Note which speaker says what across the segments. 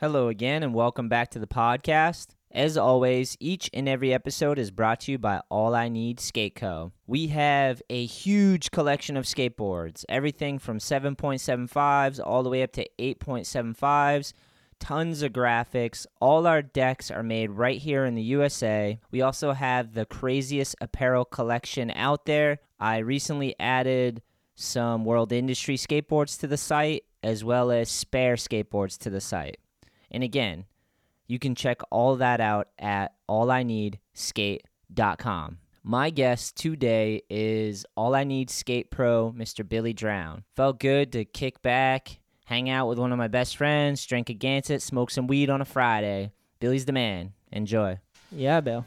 Speaker 1: Hello again, and welcome back to the podcast. As always, each and every episode is brought to you by All I Need Skate Co. We have a huge collection of skateboards, everything from 7.75s all the way up to 8.75s, tons of graphics. All our decks are made right here in the USA. We also have the craziest apparel collection out there. I recently added some World Industry skateboards to the site, as well as spare skateboards to the site. And again, you can check all that out at allineedskate.com. My guest today is All I Need Skate Pro, Mr. Billy Drown. Felt good to kick back, hang out with one of my best friends, drink a Gansett, smoke some weed on a Friday. Billy's the man. Enjoy.
Speaker 2: Yeah, Bill.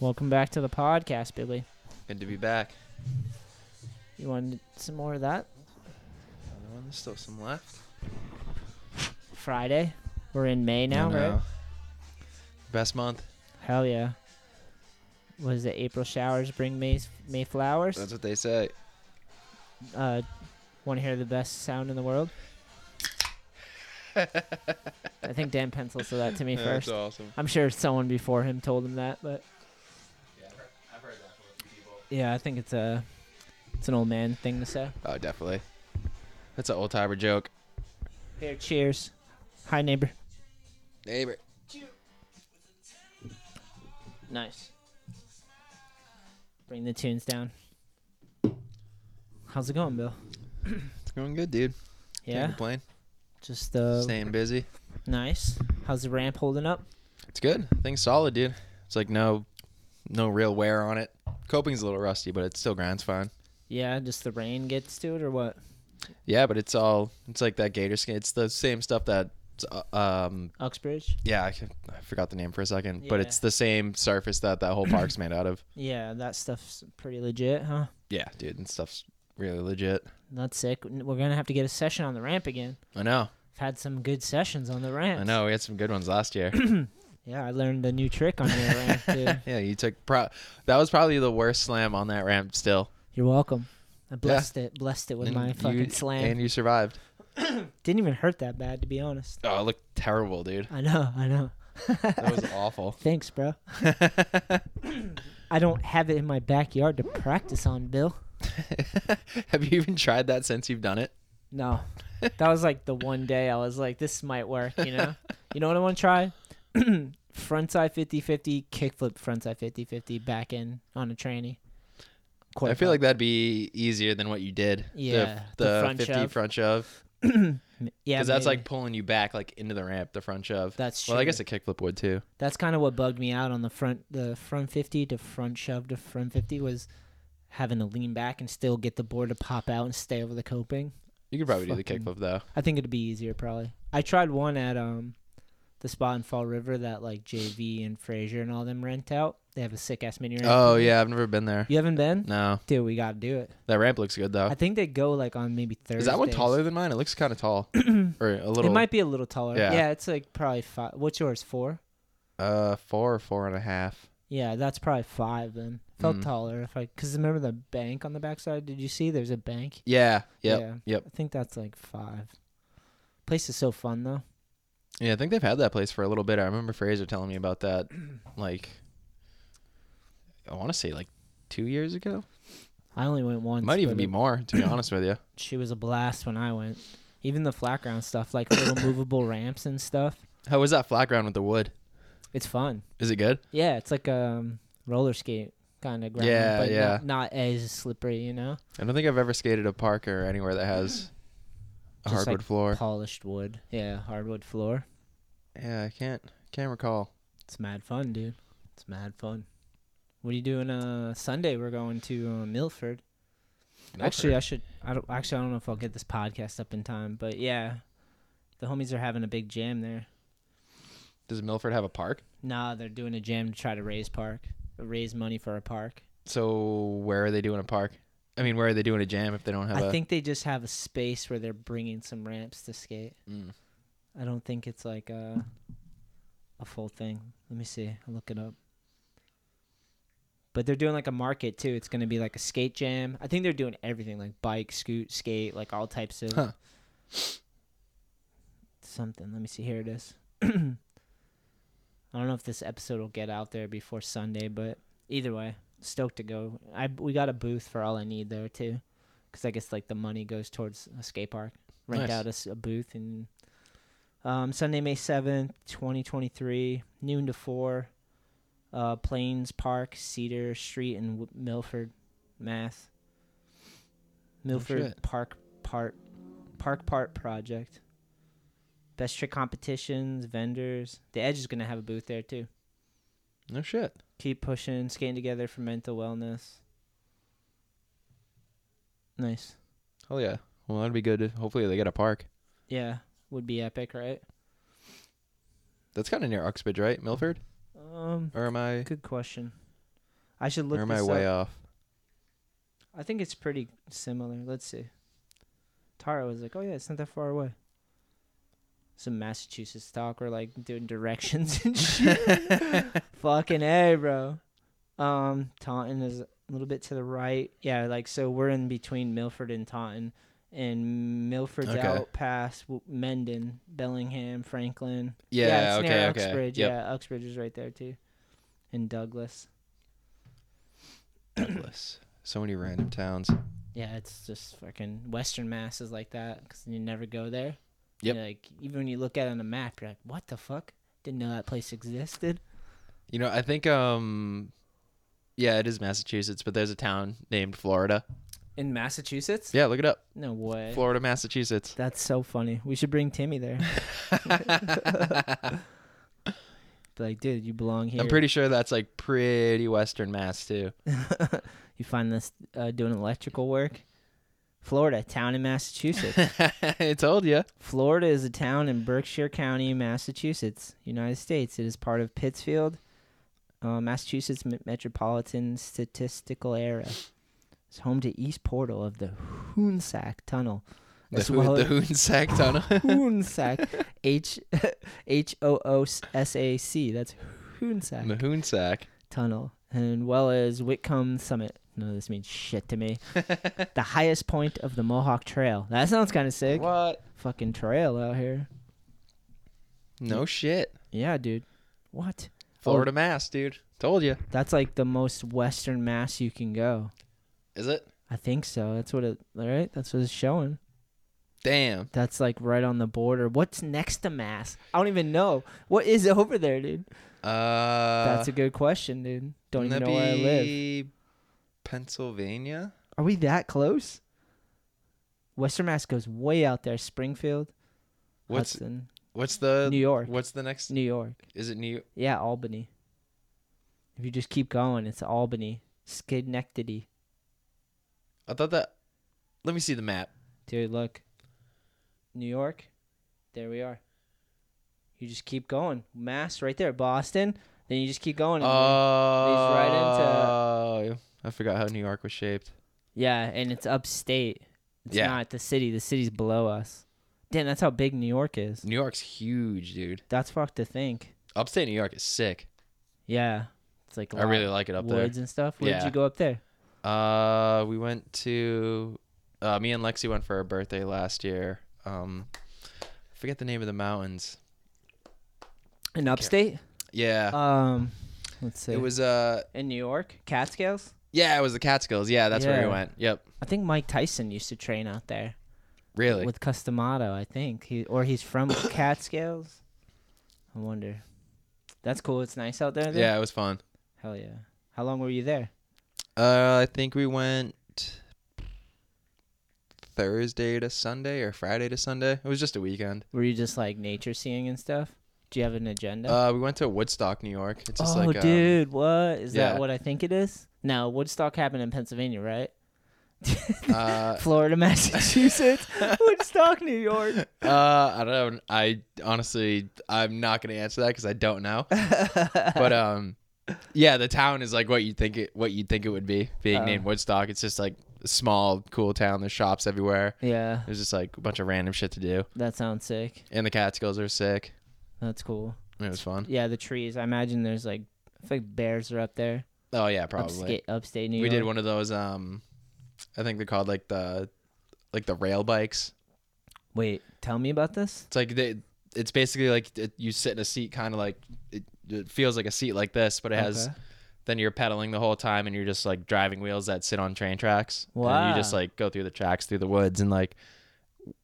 Speaker 2: Welcome back to the podcast, Billy.
Speaker 3: Good to be back.
Speaker 2: You wanted some more of that?
Speaker 3: Another one. There's still some left.
Speaker 2: Friday. We're in May now,
Speaker 3: I know.
Speaker 2: right?
Speaker 3: Best month.
Speaker 2: Hell yeah. What is it? April showers bring May May flowers.
Speaker 3: That's what they say.
Speaker 2: Uh, want to hear the best sound in the world? I think Dan Pencil said that to me first.
Speaker 3: That's awesome.
Speaker 2: I'm sure someone before him told him that, but yeah, I think it's a it's an old man thing to say.
Speaker 3: Oh, definitely. That's an old timer joke.
Speaker 2: Here, cheers. Hi, neighbor.
Speaker 3: Neighbor.
Speaker 2: Nice. Bring the tunes down. How's it going, Bill?
Speaker 3: It's going good, dude. Can't
Speaker 2: Yeah,
Speaker 3: complain.
Speaker 2: just uh,
Speaker 3: Staying busy.
Speaker 2: nice. How's the ramp holding up?
Speaker 3: It's good. Thing's solid, dude. It's like no, no real wear on it. Coping's a little rusty, but it still grinds fine.
Speaker 2: Yeah, just the rain gets to it or what?
Speaker 3: Yeah, but it's all. It's like that gator skin. It's the same stuff that. uh, Um.
Speaker 2: Uxbridge?
Speaker 3: Yeah, I, can- I forgot the name for a second, but
Speaker 2: Yeah.
Speaker 3: it's the same surface that that whole park's made out of.
Speaker 2: Yeah, that stuff's pretty legit, huh?
Speaker 3: Yeah, dude, and stuff's really legit.
Speaker 2: That's sick. N- We're gonna have to get a session on the ramp again.
Speaker 3: I know.
Speaker 2: I've had some good sessions on the ramp.
Speaker 3: I know we had some good ones last year.
Speaker 2: Yeah, I learned a new trick on your ramp too.
Speaker 3: yeah, you took pro- that was probably the worst slam on that ramp still.
Speaker 2: You're welcome. I blessed it, blessed it with
Speaker 3: And
Speaker 2: my
Speaker 3: you-
Speaker 2: fucking slam.
Speaker 3: And you survived.
Speaker 2: Didn't even hurt that bad, to be honest.
Speaker 3: Oh, it looked terrible, dude.
Speaker 2: I know, I know.
Speaker 3: That was awful.
Speaker 2: Thanks, bro. I don't have it in my backyard to practice on, Bill.
Speaker 3: Have you even tried that since you've done it?
Speaker 2: No. That was like the one day I was like, this might work, you know? You know what I want to try? frontside 50 50, kickflip frontside 50 50, back in on a tranny.
Speaker 3: I feel like that'd be easier than what you did. The-
Speaker 2: Yeah,
Speaker 3: the,
Speaker 2: the front
Speaker 3: 50
Speaker 2: shove.
Speaker 3: front shove.
Speaker 2: like, yeah,
Speaker 3: Because that's
Speaker 2: maybe.
Speaker 3: like pulling you back like into the ramp, the front shove.
Speaker 2: that's true.
Speaker 3: well, I guess a kickflip would too.
Speaker 2: that's kind of what bugged me out on the front, the front 50 to front shove to front 50 was having to lean back and still get the board to pop out and stay over the coping.
Speaker 3: You could probably do
Speaker 2: Fucking-
Speaker 3: the kickflip though.
Speaker 2: I think it'd be easier probably. I tried one at um the spot in Fall River that like JV and Frazier and all them rent out. They have a sick ass mini ramp.
Speaker 3: Oh
Speaker 2: in there.
Speaker 3: yeah, I've never been there.
Speaker 2: You haven't been?
Speaker 3: No,
Speaker 2: Dude, we gotta do it.
Speaker 3: that ramp looks good though.
Speaker 2: I think they go like on maybe Thursday.
Speaker 3: Is that one taller than mine? It looks kind of tall, or a little.
Speaker 2: It might be a little taller. Yeah.
Speaker 3: Yeah.
Speaker 2: it's like probably five. What's yours? Four?
Speaker 3: Uh, four or four and a half.
Speaker 2: Yeah, that's probably five then. Felt
Speaker 3: Mm.
Speaker 2: taller if I, cause remember the bank on the backside. Did you see? There's a bank.
Speaker 3: Yeah. Yep.
Speaker 2: Yeah.
Speaker 3: Yep.
Speaker 2: I think that's like five. Place is so fun though.
Speaker 3: Yeah, I think they've had that place for a little bit. I remember Fraser telling me about that, like, I want to say like two years ago.
Speaker 2: I only went once.
Speaker 3: Might even
Speaker 2: but
Speaker 3: be
Speaker 2: it-
Speaker 3: more, to be honest with you.
Speaker 2: she was a blast when I went. Even the flat ground stuff, like little movable ramps and stuff.
Speaker 3: How was that flat ground with the wood?
Speaker 2: It's fun.
Speaker 3: Is it good?
Speaker 2: Yeah, it's like um roller skate kind of ground,
Speaker 3: Yeah,
Speaker 2: but
Speaker 3: yeah.
Speaker 2: Not, not as slippery, you know.
Speaker 3: I don't think I've ever skated a park or anywhere that has a
Speaker 2: Just, like,
Speaker 3: hardwood floor.
Speaker 2: Polished wood. Yeah, hardwood floor.
Speaker 3: Yeah, I can't can't recall.
Speaker 2: It's mad fun, dude. It's mad fun. What are you doing uh Sunday? We're going to uh, Milford. Actually, I should I don't actually I don't know if I'll get this podcast up in time, but yeah. The homies are having a big jam there.
Speaker 3: does Milford have a park?
Speaker 2: Nah, they're doing a jam to try to raise park, raise money for a park.
Speaker 3: So where are they doing a park? I mean, where are they doing a jam if they don't have
Speaker 2: I
Speaker 3: a?
Speaker 2: think they just have a space where they're bringing some ramps to skate.
Speaker 3: Mm.
Speaker 2: I don't think it's like a a full thing. Let me see. I'll look it up. But they're doing like a market too. It's gonna be like a skate jam. I think they're doing everything like bike, scoot, skate, like all types of.
Speaker 3: Huh.
Speaker 2: something. Let me see. Here it is. I don't know if this episode will get out there before Sunday, but either way, stoked to go. I we got a booth for all I need there too, because I guess like the money goes towards a skate park. Rent
Speaker 3: Nice.
Speaker 2: out a s- a, booth and um, Sunday, May seventh, twenty twenty three, noon to four, uh, Plains Park, Cedar Street, in w- Milford, Mass. Milford
Speaker 3: shit.
Speaker 2: Park Part Park Part Project. Best trick competitions, vendors. The Edge is gonna have a booth there too.
Speaker 3: No shit.
Speaker 2: Keep pushing, skating together for mental wellness. Nice.
Speaker 3: Hell yeah. Well, that'd be good. to- Hopefully they get a park.
Speaker 2: Yeah, would be epic, right?
Speaker 3: That's kind of near Uxbridge, right? Milford?
Speaker 2: Um,
Speaker 3: Or am I?
Speaker 2: good question. I should look
Speaker 3: Or am I
Speaker 2: this
Speaker 3: way
Speaker 2: up.
Speaker 3: off?
Speaker 2: I think it's pretty similar. Let's see. Tara was like, "Oh yeah, it's not that far away." Some Massachusetts talk. We're like doing directions and shit. Fucking a, bro. Um, Taunton is a little bit to the right. Yeah, like so we're in between Milford and Taunton, and Milford's
Speaker 3: Okay.
Speaker 2: out past w- Mendon, Bellingham, Franklin.
Speaker 3: Yeah.
Speaker 2: it's
Speaker 3: okay.
Speaker 2: near
Speaker 3: okay.
Speaker 2: Uxbridge.
Speaker 3: Yep.
Speaker 2: Yeah, Uxbridge is right there too, and Douglas.
Speaker 3: Douglas. So many random towns.
Speaker 2: Yeah, it's just fucking Western Mass is like that because you never go there.
Speaker 3: Yep.
Speaker 2: You're Like even when you look at it on a map, you're like, "What the fuck? Didn't know that place existed."
Speaker 3: You know, I think um, yeah, it is Massachusetts, but there's a town named Florida.
Speaker 2: In Massachusetts?
Speaker 3: Yeah, look it up.
Speaker 2: No way.
Speaker 3: Florida, Massachusetts.
Speaker 2: That's so funny. We should bring Timmy there. Be like, dude, you belong here.
Speaker 3: I'm pretty sure that's like pretty Western Mass too.
Speaker 2: you find this uh, doing electrical work. Florida, town in Massachusetts.
Speaker 3: I told you.
Speaker 2: Florida is a town in Berkshire County, Massachusetts, United States. It is part of Pittsfield, uh, Massachusetts me- Metropolitan Statistical Area. It's home to East Portal of the Hoonsack Tunnel.
Speaker 3: The,
Speaker 2: As
Speaker 3: Hoo-
Speaker 2: well-
Speaker 3: the Hoonsack Tunnel.
Speaker 2: Hoonsack. H H O O S A C. That's Hoonsack
Speaker 3: the Hoonsack.
Speaker 2: Tunnel. And well as Whitcomb Summit. None of this means shit to me. the highest point of the Mohawk Trail. That sounds kind of sick.
Speaker 3: What?
Speaker 2: Fucking trail out here.
Speaker 3: No shit.
Speaker 2: Yeah, dude. What?
Speaker 3: Florida, Mass, dude. Told you.
Speaker 2: That's like the most western mass you can go.
Speaker 3: Is it?
Speaker 2: I think so. That's what it right? That's what it's showing.
Speaker 3: Damn.
Speaker 2: That's like right on the border. What's next to mass? I don't even know. What is over there, dude?
Speaker 3: Uh,
Speaker 2: That's a good question, dude. Don't even know where I live.
Speaker 3: Pennsylvania.
Speaker 2: Are we that close? Western Mass goes way out there. Springfield,
Speaker 3: What's
Speaker 2: Hudson,
Speaker 3: what's the
Speaker 2: New York,
Speaker 3: What's the next?
Speaker 2: New York.
Speaker 3: Is it New?
Speaker 2: Yeah, Albany. If you just keep going, it's Albany, Schenectady.
Speaker 3: I thought that. Let me see the map.
Speaker 2: Dude, look. New York. There we are. You just keep going. Mass right there. Boston. Then you just keep going.
Speaker 3: Oh,
Speaker 2: and then- right
Speaker 3: into. Oh, I forgot how New York was shaped.
Speaker 2: yeah, and it's upstate. It's
Speaker 3: Yeah.
Speaker 2: not the city. The city's below us. Damn, that's how big New York is.
Speaker 3: New York's huge, dude.
Speaker 2: That's fucked to think.
Speaker 3: Upstate New York is sick.
Speaker 2: Yeah. It's like a
Speaker 3: I
Speaker 2: lot
Speaker 3: really like it up
Speaker 2: of woods and stuff. Where'd
Speaker 3: Yeah.
Speaker 2: you go up there?
Speaker 3: there. Uh, we went to. Uh, me and Lexi went for her birthday last year. Um, I forget the name of the mountains.
Speaker 2: In upstate?
Speaker 3: Yeah,
Speaker 2: Um let's see.
Speaker 3: Uh, it was. Uh,
Speaker 2: in New York? Catskills?
Speaker 3: yeah, it was the Catskills. Yeah, that's where
Speaker 2: Yeah.
Speaker 3: we went. Yep.
Speaker 2: I think Mike Tyson used to train out there.
Speaker 3: Really.
Speaker 2: with Customato, I think. He or he's from Catskills. I wonder. That's cool. It's nice out there. then?
Speaker 3: yeah, it was fun.
Speaker 2: Hell yeah. How long were you there?
Speaker 3: Uh, I think we went Thursday to Sunday or Friday to Sunday. It was just a weekend.
Speaker 2: Were you just like nature seeing and stuff? Do you have an agenda?
Speaker 3: Uh, we went to Woodstock, New York. It's just
Speaker 2: oh,
Speaker 3: like um,
Speaker 2: dude, what is
Speaker 3: yeah.
Speaker 2: that? What I think it is? No, Woodstock happened in Pennsylvania, right?
Speaker 3: uh,
Speaker 2: Florida, Massachusetts, Woodstock, New York.
Speaker 3: uh, I don't. I honestly, I'm not gonna answer that because I don't know. but um, yeah, the town is like what you think it what you would think it would be being
Speaker 2: Oh.
Speaker 3: named Woodstock. It's just like a small, cool town. There's shops everywhere.
Speaker 2: Yeah,
Speaker 3: There's just like a bunch of random shit to do.
Speaker 2: that sounds sick.
Speaker 3: And the Catskills are sick.
Speaker 2: That's cool.
Speaker 3: It was fun.
Speaker 2: Yeah, the trees. I imagine there's like, I feel like bears are up there.
Speaker 3: Oh yeah, probably.
Speaker 2: Upstate, upstate New
Speaker 3: we
Speaker 2: York.
Speaker 3: did one of those um i think they're called like the like the rail bikes
Speaker 2: Wait, tell me about this.
Speaker 3: it's like they it's basically like it, you sit in a seat, kind of like it, it feels like a seat like this, but it has.
Speaker 4: Okay.
Speaker 3: Then you're pedaling the whole time, and you're just like driving wheels that sit on train tracks. And you just
Speaker 2: Wow.
Speaker 3: like go through the tracks, through the woods, and like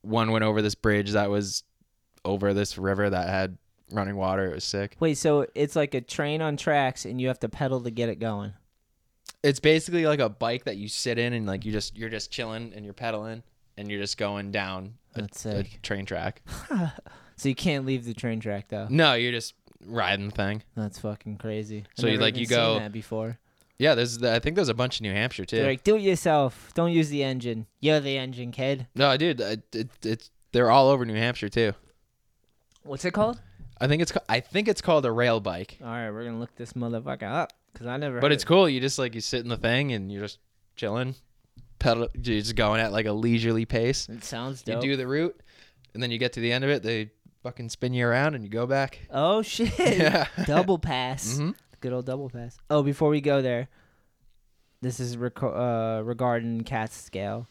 Speaker 3: one went over this bridge that was over this river that had running water. It was sick.
Speaker 2: Wait, so it's like a train on tracks and you have to pedal to get it going.
Speaker 3: it's basically like a bike that you sit in and like you just you're just chilling and you're pedaling and you're just going down a,
Speaker 2: That's
Speaker 3: a
Speaker 2: sick.
Speaker 3: train track.
Speaker 2: So you can't leave the train track though.
Speaker 3: No, you're just riding the thing.
Speaker 2: That's fucking crazy. I've
Speaker 3: So you-
Speaker 2: never
Speaker 3: like, you
Speaker 2: even seen
Speaker 3: go-
Speaker 2: that before.
Speaker 3: Yeah, there's the, I think there's a bunch in New Hampshire too.
Speaker 2: They're like, do it yourself. Don't use the engine. You're the engine, kid.
Speaker 3: No, dude, it, it, it's they're all over New Hampshire too.
Speaker 2: What's it called?
Speaker 3: I think it's ca- I think it's called a rail bike,
Speaker 2: All right, we're gonna look this motherfucker up because I never.
Speaker 3: but
Speaker 2: heard
Speaker 3: it's cool. You just like you sit in the thing and you're just chilling, pedal. You're just going at like a leisurely pace.
Speaker 2: It sounds
Speaker 3: You
Speaker 2: dope.
Speaker 3: do the route, and then you get to the end of it. They fucking spin you around and you go back.
Speaker 2: oh shit!
Speaker 3: Yeah.
Speaker 2: double pass.
Speaker 3: Mhm.
Speaker 2: Good old double pass. Oh, before we go there, this is reco- uh, regarding Cat's scale.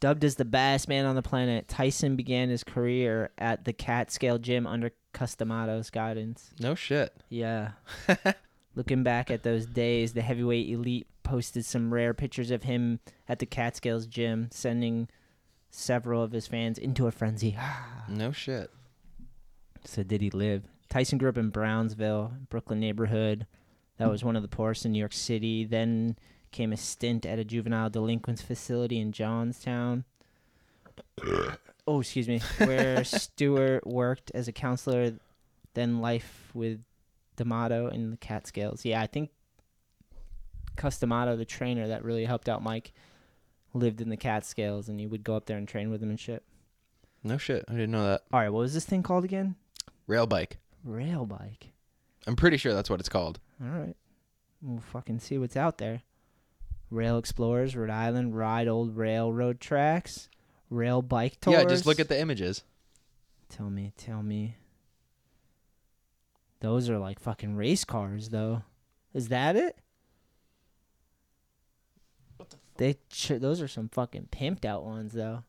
Speaker 2: Dubbed as the baddest man on the planet, Tyson began his career at the Cat Scale Gym under Customado's guidance.
Speaker 3: No shit.
Speaker 2: Yeah. Looking back at those days, the heavyweight elite posted some rare pictures of him at the Catskills gym, sending several of his fans into a frenzy.
Speaker 3: No shit.
Speaker 2: so did he live? Tyson grew up in Brownsville, Brooklyn neighborhood. That was one of the poorest in New York City. Then came a stint at a juvenile delinquents facility in Johnstown. oh, excuse me. Where Stewart worked as a counselor, then life with D'Amato and the Catskills. Yeah, I think Customato, the trainer that really helped out Mike, lived in the Catskills, and he would go up there and train with him and shit.
Speaker 3: No shit. I didn't know that.
Speaker 2: All right, what was this thing called again?
Speaker 3: Rail bike.
Speaker 2: Rail bike.
Speaker 3: I'm pretty sure that's what it's called.
Speaker 2: All right. We'll fucking see what's out there. Rail Explorers, Rhode Island, ride old railroad tracks, rail bike tours.
Speaker 3: Yeah, just look at the images.
Speaker 2: Tell me, tell me. Those are like fucking race cars, though. Is that it? They ch- those are some fucking pimped out ones, though.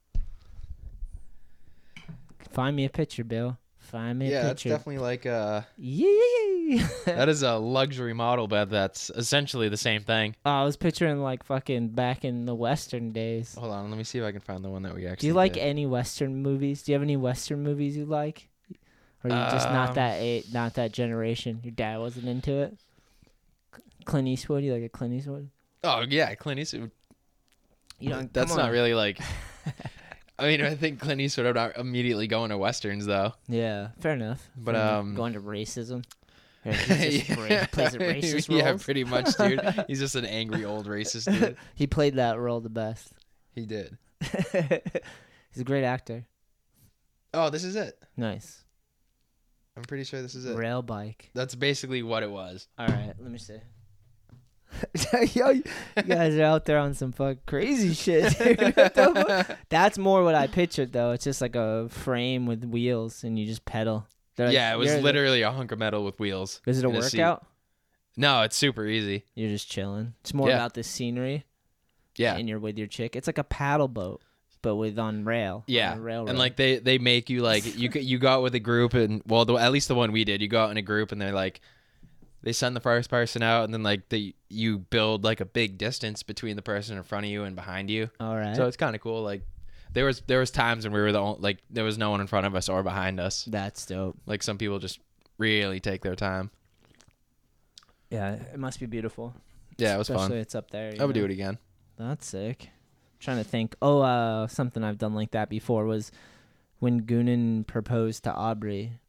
Speaker 2: Find me a picture, Bill. Find me
Speaker 3: yeah,
Speaker 2: a
Speaker 3: that's
Speaker 2: picture.
Speaker 3: definitely like uh
Speaker 2: Yee!
Speaker 3: that is a luxury model, but that's essentially the same thing.
Speaker 2: Oh, I was picturing like fucking back in the Western days.
Speaker 3: Hold on, let me see if I can find the one that we actually.
Speaker 2: Do you like
Speaker 3: did.
Speaker 2: any Western movies? Do you have any Western movies you like? Or you just not
Speaker 3: Um,
Speaker 2: that a not that generation? Your dad wasn't into it. C- Clint Eastwood, you like a Clint Eastwood?
Speaker 3: Oh yeah, Clint Eastwood.
Speaker 2: You don't.
Speaker 3: that's
Speaker 2: come
Speaker 3: not
Speaker 2: on.
Speaker 3: really like. I mean, I think Clint Eastwood. I'm not immediately going to westerns though.
Speaker 2: Yeah, fair enough.
Speaker 3: But,
Speaker 2: Fair enough.
Speaker 3: um,
Speaker 2: going to racism. Yeah, he's just ra- plays a racist role.
Speaker 3: yeah, pretty much, dude. He's just an angry old racist dude.
Speaker 2: He played that role the best.
Speaker 3: He did.
Speaker 2: he's a great actor.
Speaker 3: Oh, this is it.
Speaker 2: Nice.
Speaker 3: I'm pretty sure this is it.
Speaker 2: Rail bike.
Speaker 3: That's basically what it was.
Speaker 2: All right, let me see. Yo, you guys are out there on some fuck crazy shit. dude. What the fu- That's more what I pictured though. It's just like a frame with wheels, and you just pedal. They're like-
Speaker 3: yeah, it was
Speaker 2: you're-
Speaker 3: literally a hunk of metal with wheels.
Speaker 2: Is it a
Speaker 3: in a seat.
Speaker 2: workout?
Speaker 3: No, it's super easy.
Speaker 2: You're just chilling. It's more
Speaker 3: Yeah.
Speaker 2: about the scenery,
Speaker 3: Yeah.
Speaker 2: and you're with your chick. It's like a paddle boat, but with on rail.
Speaker 3: Yeah,
Speaker 2: on a railroad.
Speaker 3: and like they they make you like you c- you go out with a group and well the, at least the one we did you go out in a group and they're like they send the first person out and then like they you build like a big distance between the person in front of you and behind you
Speaker 2: all right,
Speaker 3: so it's kind of cool like there was there was times when we were the only, like there was no one in front of us or behind us
Speaker 2: that's dope.
Speaker 3: like some people just really take their time
Speaker 2: Yeah, it must be beautiful.
Speaker 3: yeah it was
Speaker 2: Especially
Speaker 3: fun
Speaker 2: it's up there. you
Speaker 3: I would
Speaker 2: know?
Speaker 3: do it again
Speaker 2: That's sick. trying to think. Oh, uh, something I've done like that before was when Goonan proposed to Aubrey.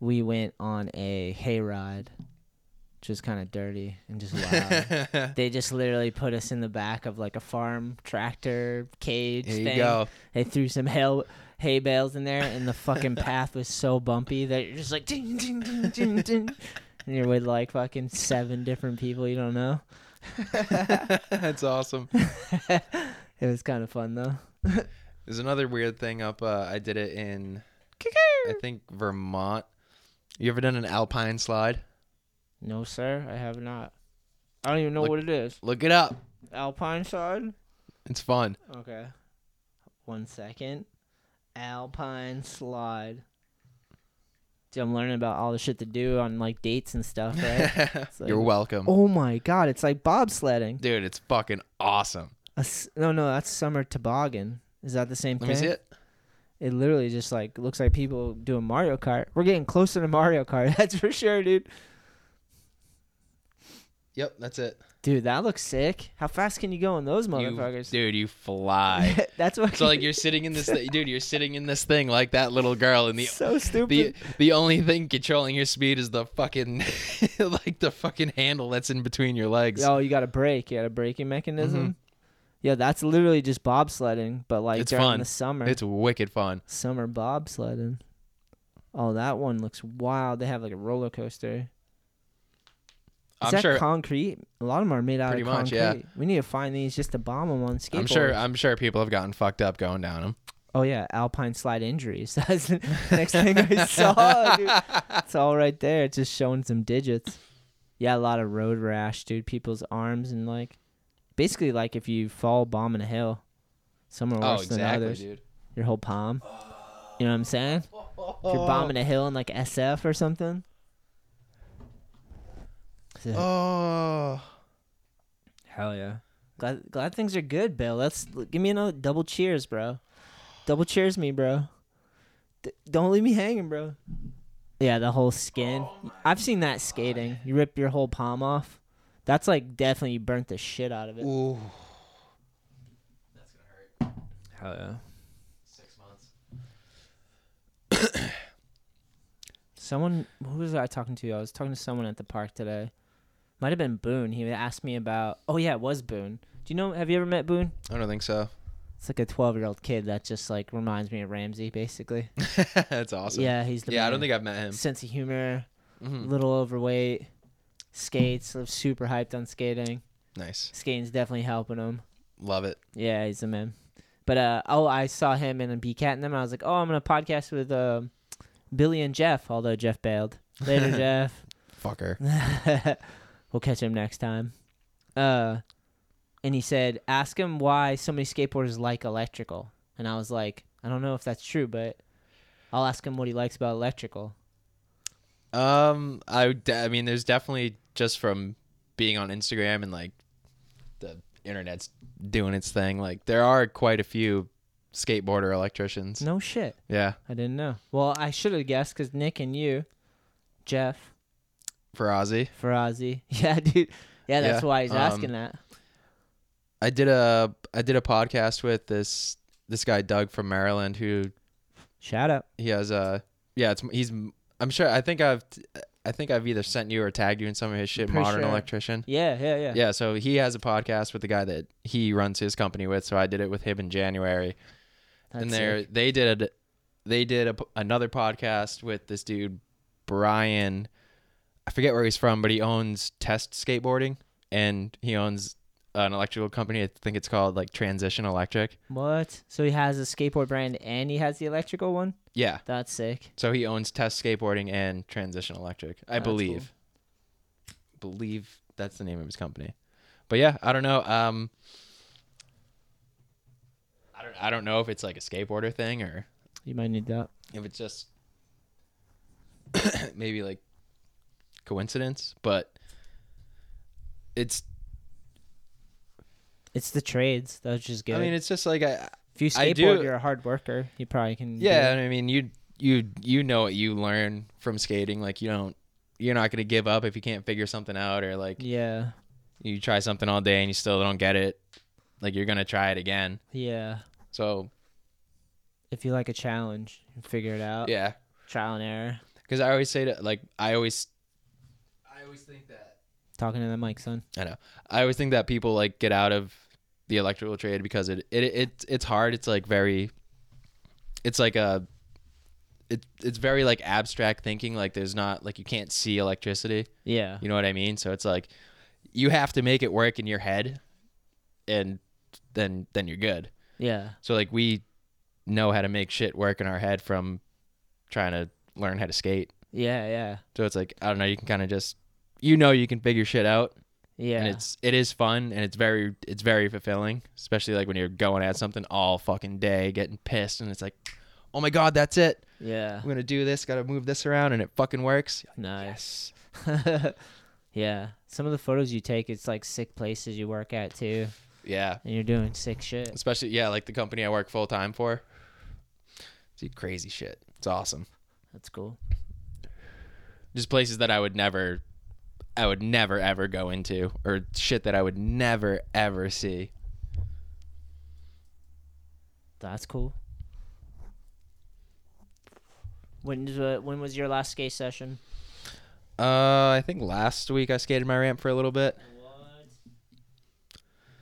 Speaker 2: We went on a hayride, which was kind of dirty and just loud. they just literally put us in the back of like a farm tractor cage
Speaker 3: here
Speaker 2: thing.
Speaker 3: you go
Speaker 2: They threw some hay, hay bales in there, and the fucking path was so bumpy that you're just like ding ding ding ding ding, and you're with like fucking seven different people you don't know.
Speaker 3: that's awesome
Speaker 2: It was kind of fun though.
Speaker 3: There's another weird thing up. Uh, I did it in, I think Vermont. You ever done an alpine slide?
Speaker 2: No, sir, I have not. I don't even know
Speaker 3: Look-
Speaker 2: what it is.
Speaker 3: Look it up.
Speaker 2: Alpine side?
Speaker 3: It's fun.
Speaker 2: Okay. One second. Alpine slide. Dude, I'm learning about all the shit to do on like dates and stuff, right? It's like-
Speaker 3: You're welcome.
Speaker 2: Oh my god, it's like bobsledding.
Speaker 3: Dude, it's fucking awesome.
Speaker 2: A s- no, no, that's summer toboggan. Is that the same
Speaker 3: Let
Speaker 2: thing?
Speaker 3: me see it.
Speaker 2: It literally just like looks like people doing Mario Kart. We're getting closer to Mario Kart, that's for sure, dude.
Speaker 3: Yep, that's it.
Speaker 2: Dude, that looks sick. How fast can you go in those
Speaker 3: You-
Speaker 2: motherfuckers?
Speaker 3: dude, you fly.
Speaker 2: that's what.
Speaker 3: so like you're sitting in this thi- dude, you're sitting in this thing like that little girl and the
Speaker 2: so stupid.
Speaker 3: the the only thing controlling your speed is the fucking like the fucking handle that's in between your legs.
Speaker 2: Oh, you got a brake. You got a braking mechanism. Yeah, that's literally just bobsledding, but like
Speaker 3: Mm-hmm. It's
Speaker 2: during
Speaker 3: fun.
Speaker 2: the summer.
Speaker 3: It's wicked fun.
Speaker 2: summer bobsledding. Oh, that one looks wild. They have like a roller coaster. Is
Speaker 3: I'm
Speaker 2: that
Speaker 3: sure
Speaker 2: concrete? A lot of them are made out
Speaker 3: Pretty
Speaker 2: of
Speaker 3: much,
Speaker 2: concrete.
Speaker 3: yeah.
Speaker 2: We need to find these just to bomb them on skateboards.
Speaker 3: I'm sure I'm sure people have gotten fucked up going down them.
Speaker 2: oh yeah, alpine slide injuries. That's the next thing I saw. Dude. It's all right there. It's just showing some digits. Yeah, a lot of road rash, dude. People's arms and like, basically like if you fall bombing a hill, some are worse
Speaker 3: Oh,
Speaker 2: than
Speaker 3: exactly,
Speaker 2: others.
Speaker 3: dude.
Speaker 2: Your whole palm. You know what I'm saying? If you're bombing a hill in like SF or something. So-
Speaker 3: Oh.
Speaker 2: Hell yeah. Glad glad things are good, Bill. Let's l- give me another double cheers, bro. Double cheers me, bro. D- don't leave me hanging, bro. Yeah, the whole skin. I've seen that skating. You rip your whole palm off. That's like definitely you burnt the shit out of it.
Speaker 3: Ooh.
Speaker 2: Hell yeah.
Speaker 3: Six months.
Speaker 2: Someone who was I talking to? I was talking to someone at the park today. Might have been Boone. He asked me about. Oh yeah, it was Boone. Do you know? Have you ever met Boone?
Speaker 3: I don't think so.
Speaker 2: It's like a twelve-year-old kid that just like reminds me of Ramsey, basically.
Speaker 3: that's awesome.
Speaker 2: Yeah, he's the
Speaker 3: Yeah, I
Speaker 2: man.
Speaker 3: don't think I've met him.
Speaker 2: sense of humor,
Speaker 3: Mhm.
Speaker 2: little overweight, skates. I'm super hyped on skating.
Speaker 3: Nice.
Speaker 2: Skating's definitely helping him.
Speaker 3: Love it.
Speaker 2: Yeah, he's a man. But uh, oh, I saw him and B Cat and them. I was like, oh, I'm gonna podcast with uh, Billy and Jeff. Although Jeff bailed later, Jeff.
Speaker 3: Fucker.
Speaker 2: we'll catch him next time. Uh, and he said, ask him why so many skateboarders like electrical. And I was like, I don't know if that's true, but I'll ask him what he likes about electrical.
Speaker 3: Um, I would de- I mean, there's definitely just from being on Instagram and like the internet's doing its thing. Like there are quite a few skateboarder electricians.
Speaker 2: No shit.
Speaker 3: Yeah,
Speaker 2: I didn't know. Well, I should have guessed because Nick and you, Jeff,
Speaker 3: for Ozzy,
Speaker 2: Farazi. Yeah, dude. Yeah, that's
Speaker 3: Yeah,
Speaker 2: why he's
Speaker 3: um,
Speaker 2: asking that.
Speaker 3: I did a I did a podcast with this this guy Doug from Maryland who
Speaker 2: Shout out.
Speaker 3: he has a yeah it's he's I'm sure I think I've I think I've either sent you or tagged you in some of his shit.
Speaker 2: Pretty
Speaker 3: Modern
Speaker 2: sure.
Speaker 3: electrician.
Speaker 2: Yeah, yeah, yeah.
Speaker 3: yeah so he has a podcast with the guy that he runs his company with so i did it with him in january
Speaker 2: That's
Speaker 3: and they
Speaker 2: sick.
Speaker 3: they did they did a, another podcast with this dude brian i forget where he's from but he owns test skateboarding and he owns an electrical company i think it's called like transition electric
Speaker 2: What? So he has a skateboard brand and he has the electrical one?
Speaker 3: yeah
Speaker 2: That's sick.
Speaker 3: so he owns test skateboarding and transition electric i
Speaker 2: That's cool.
Speaker 3: believe believe that's the name of his company but yeah i don't know um i don't i don't know if it's like a skateboarder thing or
Speaker 2: You might need that.
Speaker 3: if it's just maybe like coincidence but it's
Speaker 2: It's the trades. That's just good.
Speaker 3: i mean it's just like i
Speaker 2: if you
Speaker 3: I
Speaker 2: skateboard,
Speaker 3: do-
Speaker 2: you're a hard worker. You probably can. do
Speaker 3: yeah
Speaker 2: it.
Speaker 3: i mean you you you know what you learn from skating like you don't you're not going to give up if you can't figure something out or like
Speaker 2: Yeah.
Speaker 3: you try something all day and you still don't get it like you're going to try it again
Speaker 2: Yeah.
Speaker 3: so
Speaker 2: If you like a challenge, you figure it out.
Speaker 3: yeah
Speaker 2: Trial and error.
Speaker 3: cuz i always say to like i always i always think that
Speaker 2: Talking to the mic, son.
Speaker 3: I know. I always think that people like get out of the electrical trade because it it, it it's hard. It's like very it's like a it, it's very like abstract thinking like there's not like you can't see electricity
Speaker 2: Yeah.
Speaker 3: you know what i mean so it's like you have to make it work in your head and then then you're good
Speaker 2: Yeah.
Speaker 3: so like we know how to make shit work in our head from trying to learn how to skate
Speaker 2: Yeah. Yeah.
Speaker 3: so it's like i don't know you can kind of just you know you can figure shit out
Speaker 2: Yeah.
Speaker 3: and it's it is fun and it's very it's very fulfilling especially like when you're going at something all fucking day getting pissed and it's like oh my god that's it
Speaker 2: Yeah.
Speaker 3: I'm gonna do this. Gotta move this around, and it fucking works.
Speaker 2: Nice.
Speaker 3: Yes.
Speaker 2: yeah. Some of the photos you take, it's like sick places you work at too,
Speaker 3: Yeah.
Speaker 2: and you're doing sick shit.
Speaker 3: Especially yeah, like the company I work full time for. Dude, crazy shit. It's awesome.
Speaker 2: That's cool.
Speaker 3: Just places that I would never, I would never ever go into, or shit that I would never ever see.
Speaker 2: That's cool. When uh, when was your last skate session?
Speaker 3: Uh, I think last week I skated my ramp for a little bit.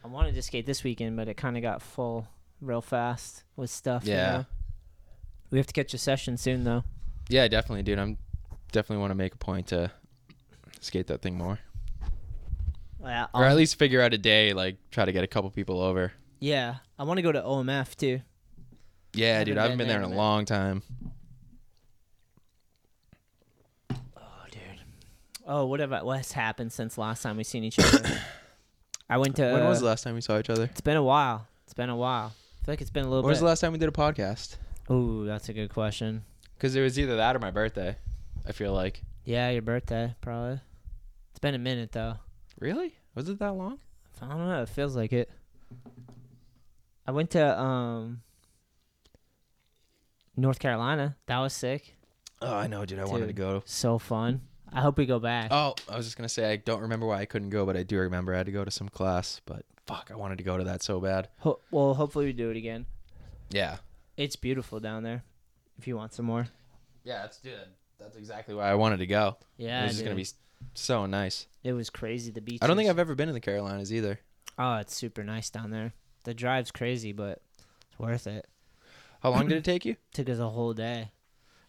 Speaker 2: I wanted to skate this weekend, but it kind of got full real fast with stuff. you
Speaker 3: Yeah.
Speaker 2: know? We have to catch a session soon though.
Speaker 3: Yeah, definitely, dude. I'm definitely want to make a point to skate that thing more,
Speaker 2: Yeah.
Speaker 3: or
Speaker 5: Um,
Speaker 3: at least figure out a day, like try to get a couple people over.
Speaker 5: Yeah, I want to go to OMF too.
Speaker 3: Yeah,
Speaker 5: Haven't
Speaker 3: dude, I haven't
Speaker 5: been
Speaker 3: been there
Speaker 5: there
Speaker 3: in a
Speaker 5: in a
Speaker 3: long time.
Speaker 2: oh, dude.
Speaker 5: Oh, what have I, what's happened since last time we seen each other? I went to.
Speaker 3: when
Speaker 2: uh,
Speaker 3: was the last time we saw each other?
Speaker 5: It's been a while. It's been a while. I feel like it's been a
Speaker 3: When
Speaker 5: little
Speaker 3: was
Speaker 5: bit.
Speaker 3: the last time we did a podcast?
Speaker 2: Ooh, that's a good question.
Speaker 3: Because it was either that or my birthday. I feel like.
Speaker 2: Yeah, your birthday probably. It's been a minute though.
Speaker 3: Really? Was it that long?
Speaker 2: I don't know. It feels like it. I went to um North Carolina. That was sick.
Speaker 3: Oh, I know, dude. I
Speaker 2: wanted to
Speaker 3: go.
Speaker 2: So fun. I hope we go back.
Speaker 3: Oh, I was just gonna say I don't remember why I couldn't go, but I do remember I had to go to some class. But fuck, I wanted to go to that so bad.
Speaker 2: Ho- well, hopefully we do it again.
Speaker 3: Yeah.
Speaker 2: It's beautiful down there. If you want some more.
Speaker 3: Yeah, that's dude. That's exactly why I wanted to go.
Speaker 2: Yeah.
Speaker 3: it was just gonna be s- so nice.
Speaker 2: It was crazy. The beach.
Speaker 3: I don't think I've ever been in the Carolinas either.
Speaker 2: Oh, it's super nice down there. The drive's crazy, but it's worth it.
Speaker 3: How long did it take you?
Speaker 2: Took us a whole day.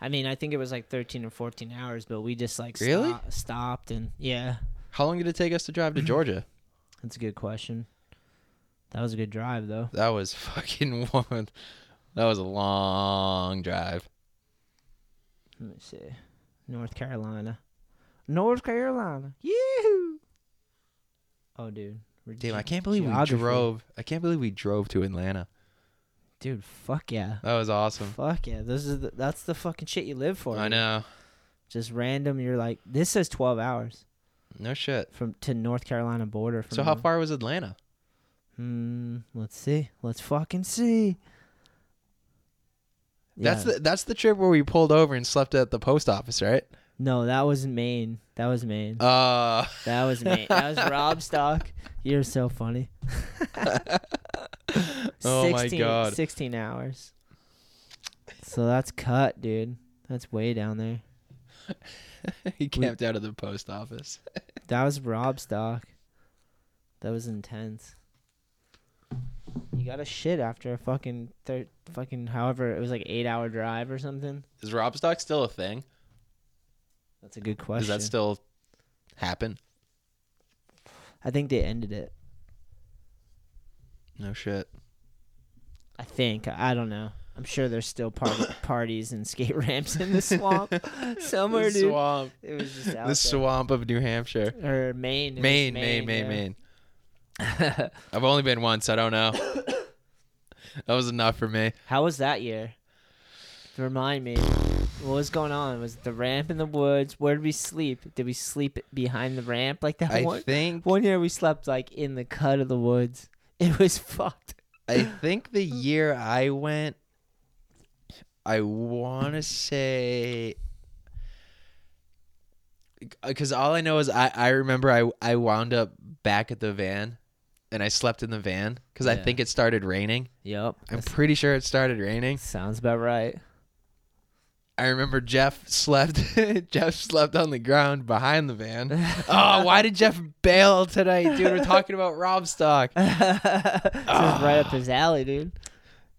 Speaker 2: I mean, I think it was like 13 or 14 hours, but we just like
Speaker 3: Really?
Speaker 2: sto- stopped and yeah.
Speaker 3: How long did it take us to drive to Georgia?
Speaker 2: That's a good question. That was a good drive though.
Speaker 3: That was fucking one. That was a long drive.
Speaker 2: Let me see. North Carolina. North Carolina. Yee-hoo. Oh, dude. We're
Speaker 3: Damn, I
Speaker 2: ge-
Speaker 3: can't believe
Speaker 2: geography.
Speaker 3: we drove. I can't believe we drove to Atlanta.
Speaker 2: Dude, fuck yeah.
Speaker 3: That was awesome.
Speaker 2: Fuck yeah. This is the, that's the fucking shit you live for.
Speaker 3: I
Speaker 2: dude.
Speaker 3: know.
Speaker 2: Just random. You're like, this says 12 hours
Speaker 3: No shit.
Speaker 2: from to North Carolina border. From
Speaker 3: So how
Speaker 2: now.
Speaker 3: far was Atlanta?
Speaker 2: Hmm. Let's see. Let's fucking see.
Speaker 3: That's the that's the trip where we pulled over and slept at the post office, right?
Speaker 2: No, that was Maine. That was Maine.
Speaker 3: Uh
Speaker 2: That was Maine. that was Rob Stock. You're so funny.
Speaker 3: Oh my God.
Speaker 2: 16 hours. So that's cut, dude. That's way down there.
Speaker 3: he camped out of the post office.
Speaker 2: That was Rob stock. That was intense. You got to shit after a fucking thir- fucking however it was like 8 hour drive or something.
Speaker 3: Is Rob Stock still a thing?
Speaker 2: That's a good
Speaker 3: Does
Speaker 2: question.
Speaker 3: that still happen?
Speaker 2: I think they ended it.
Speaker 3: No shit.
Speaker 2: I think. I don't know. I'm sure there's still party- parties and skate ramps in the swamp somewhere,
Speaker 3: the
Speaker 2: dude.
Speaker 3: swamp.
Speaker 2: It was just out
Speaker 3: The swamp of New Hampshire.
Speaker 2: there. Or Maine. it was
Speaker 3: Maine, Maine, Maine,
Speaker 2: yeah.
Speaker 3: Maine. I've only been once. I don't know. that was enough for me.
Speaker 2: How was that year? Remind me. What was going on? Was it the ramp in the woods? Where did we sleep? Did we sleep behind the ramp like that
Speaker 3: I
Speaker 2: one?
Speaker 3: think
Speaker 2: one year we slept like in the cut of the woods. It was fucked.
Speaker 3: I think the year I went, I want to say, because all I know is I, I remember I, I wound up back at the van and I slept in the van because I
Speaker 2: Yeah.
Speaker 3: think it started raining.
Speaker 2: Yep.
Speaker 3: I'm pretty sure it started raining.
Speaker 2: Sounds about right.
Speaker 3: I remember Jeff slept Jeff slept on the ground behind the van. oh, why did Jeff bail tonight, dude? We're talking about Rob Stock.
Speaker 2: this
Speaker 3: Ah.
Speaker 2: is right up his alley, dude.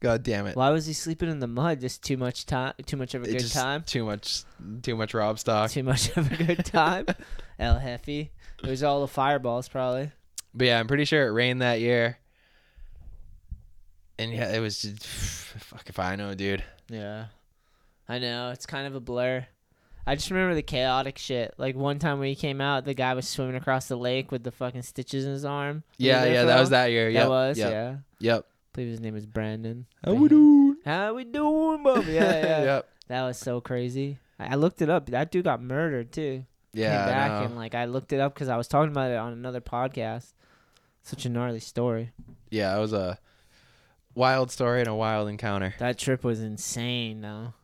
Speaker 3: God damn it.
Speaker 2: Why was he sleeping in the mud? Just too much time. Too much of a
Speaker 3: It
Speaker 2: good
Speaker 3: just-
Speaker 2: time.
Speaker 3: Too much too much Rob Stock.
Speaker 2: Too much of a good time. El Hefe. It was all the fireballs, probably.
Speaker 3: But yeah, I'm pretty sure it rained that year. And yeah, it was just fuck if I know, dude.
Speaker 2: Yeah. I know. It's kind of a blur. I just remember the chaotic shit. Like one time when he came out, the guy was swimming across the lake with the fucking stitches in his arm. You were
Speaker 3: Yeah,
Speaker 2: there
Speaker 3: yeah,
Speaker 2: for
Speaker 3: that was
Speaker 2: one?
Speaker 3: that year.
Speaker 2: That
Speaker 3: yep,
Speaker 2: was,
Speaker 3: yep,
Speaker 2: yeah. I
Speaker 3: Yep.
Speaker 2: believe his name is Brandon.
Speaker 3: doing?
Speaker 2: How we doing, Bubba? Yeah, yeah.
Speaker 3: yep.
Speaker 2: That was so crazy. I I looked it up. That dude got murdered too.
Speaker 3: Yeah. I
Speaker 2: Came back
Speaker 3: know.
Speaker 2: and like I looked it up because I was talking about it on another podcast. Such a gnarly story.
Speaker 3: yeah, it was a wild story and a wild encounter.
Speaker 2: That trip was insane though.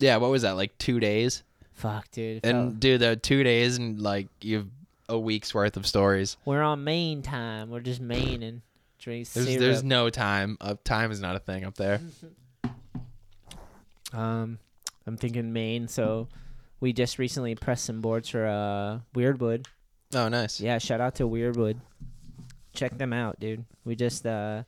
Speaker 3: Yeah, what was that? Like two days?
Speaker 2: Fuck, dude. it felt-
Speaker 3: And dude, the two days and like you've a week's worth of stories.
Speaker 2: we're on main time. We're just maining. Drink
Speaker 3: There's
Speaker 2: syrup.
Speaker 3: there's no time. Uh, time is not a thing up there.
Speaker 2: Um, I'm thinking Maine. So we just recently pressed some boards for uh Weirdwood.
Speaker 3: Oh, nice.
Speaker 2: Yeah, shout out to Weirdwood. Check them out, dude. We just uh.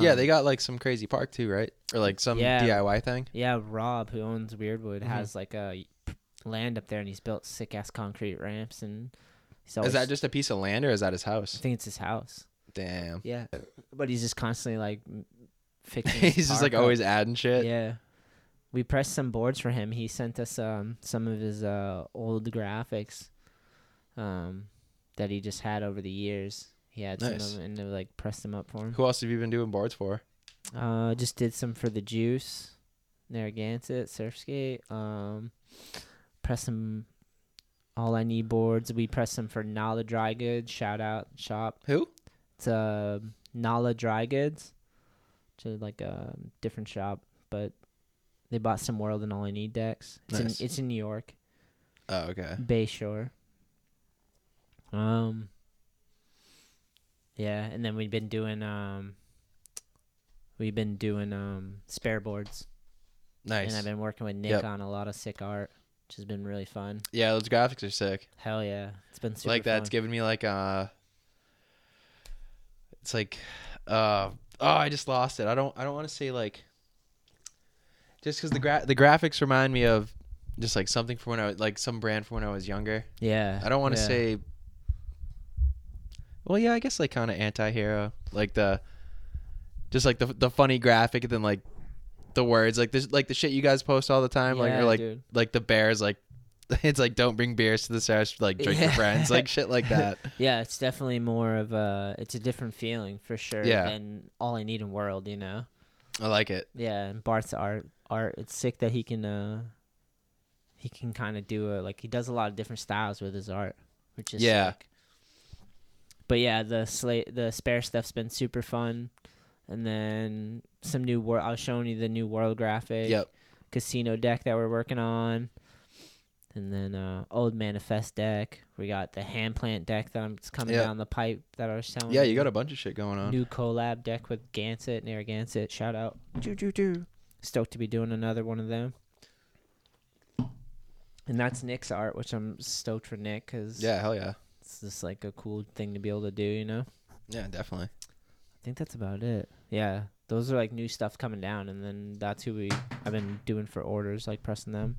Speaker 3: yeah,
Speaker 2: um,
Speaker 3: they got like some crazy park too, right? Or like some
Speaker 2: Yeah.
Speaker 3: DIY thing.
Speaker 2: Yeah, Rob, who owns Weirdwood,
Speaker 3: Mm-hmm.
Speaker 2: has like a land up there, and he's built sick ass concrete ramps, and he's always.
Speaker 3: Is that just a piece of land or is that his
Speaker 2: I
Speaker 3: house?
Speaker 2: think it's his house.
Speaker 3: Damn.
Speaker 2: Yeah, but he's just constantly like m- fixing. his
Speaker 3: He's just
Speaker 2: park
Speaker 3: like
Speaker 2: up.
Speaker 3: always adding shit.
Speaker 2: Yeah. We pressed some boards for him. He sent us um, some of his uh, old graphics um, that he just had over the years. He had some
Speaker 3: Nice.
Speaker 2: of them and they, like pressed them up for him.
Speaker 3: Who else have you been doing boards for?
Speaker 2: Uh, just did some for the Juice, Narragansett, Surfskate. Um, pressed some All I Need boards. We pressed some for Nala Dry Goods. Shout out shop.
Speaker 3: Who?
Speaker 2: It's uh, Nala Dry Goods, which is like a different shop, but they bought some World and All I Need decks. It's,
Speaker 3: Nice.
Speaker 2: in, it's in New York,
Speaker 3: Oh, okay.
Speaker 2: Bayshore. Um. Yeah, and then we've been doing um. We've been doing um spare boards,
Speaker 3: Nice.
Speaker 2: and I've been working with Nick
Speaker 3: Yep.
Speaker 2: on a lot of sick art, which has been really fun.
Speaker 3: Yeah, those graphics are sick.
Speaker 2: Hell yeah, it's been super
Speaker 3: like that's
Speaker 2: fun.
Speaker 3: giving me like uh It's like uh oh, I just lost it. I don't I don't want to say like just cuz the gra- the graphics remind me of just like something from when I was like some brand from when I was younger.
Speaker 2: Yeah,
Speaker 3: I don't want to
Speaker 2: yeah.
Speaker 3: say Well, yeah, I guess like kind of anti-hero. Like the just like the the funny graphic and then like the words like this like the shit you guys post all the time like
Speaker 2: Yeah,
Speaker 3: or like
Speaker 2: dude.
Speaker 3: like the bears like it's like don't bring beers to the sesh like drink
Speaker 2: Yeah.
Speaker 3: your friends like shit like that
Speaker 2: Yeah, it's definitely more of a it's a different feeling for sure
Speaker 3: Yeah.
Speaker 2: than all I need in world, you know.
Speaker 3: i like it
Speaker 2: Yeah, and Bart's art art it's sick that he can uh he can kind of do a like he does a lot of different styles with his art, which is
Speaker 3: Yeah.
Speaker 2: sick. But yeah, the slate the spare stuff's been super fun. And then some new world I was showing you the new world graphic.
Speaker 3: yep
Speaker 2: Casino deck that we're working on. And then uh old manifest deck. We got the hand plant deck that I'm it's coming
Speaker 3: Yeah.
Speaker 2: down the pipe that I was telling
Speaker 3: yeah you got a bunch of shit going on
Speaker 2: New collab deck with Gansett, Narragansett. Shout out. Choo choo choo. Stoked to be doing another one of them. And that's Nick's art, which I'm stoked for Nick because
Speaker 3: yeah hell yeah
Speaker 2: it's just like a cool thing to be able to do, you know? I
Speaker 3: yeah definitely
Speaker 2: think that's about it. Yeah. Those are like new stuff coming down, and then that's who we I've been doing for orders, like pressing them.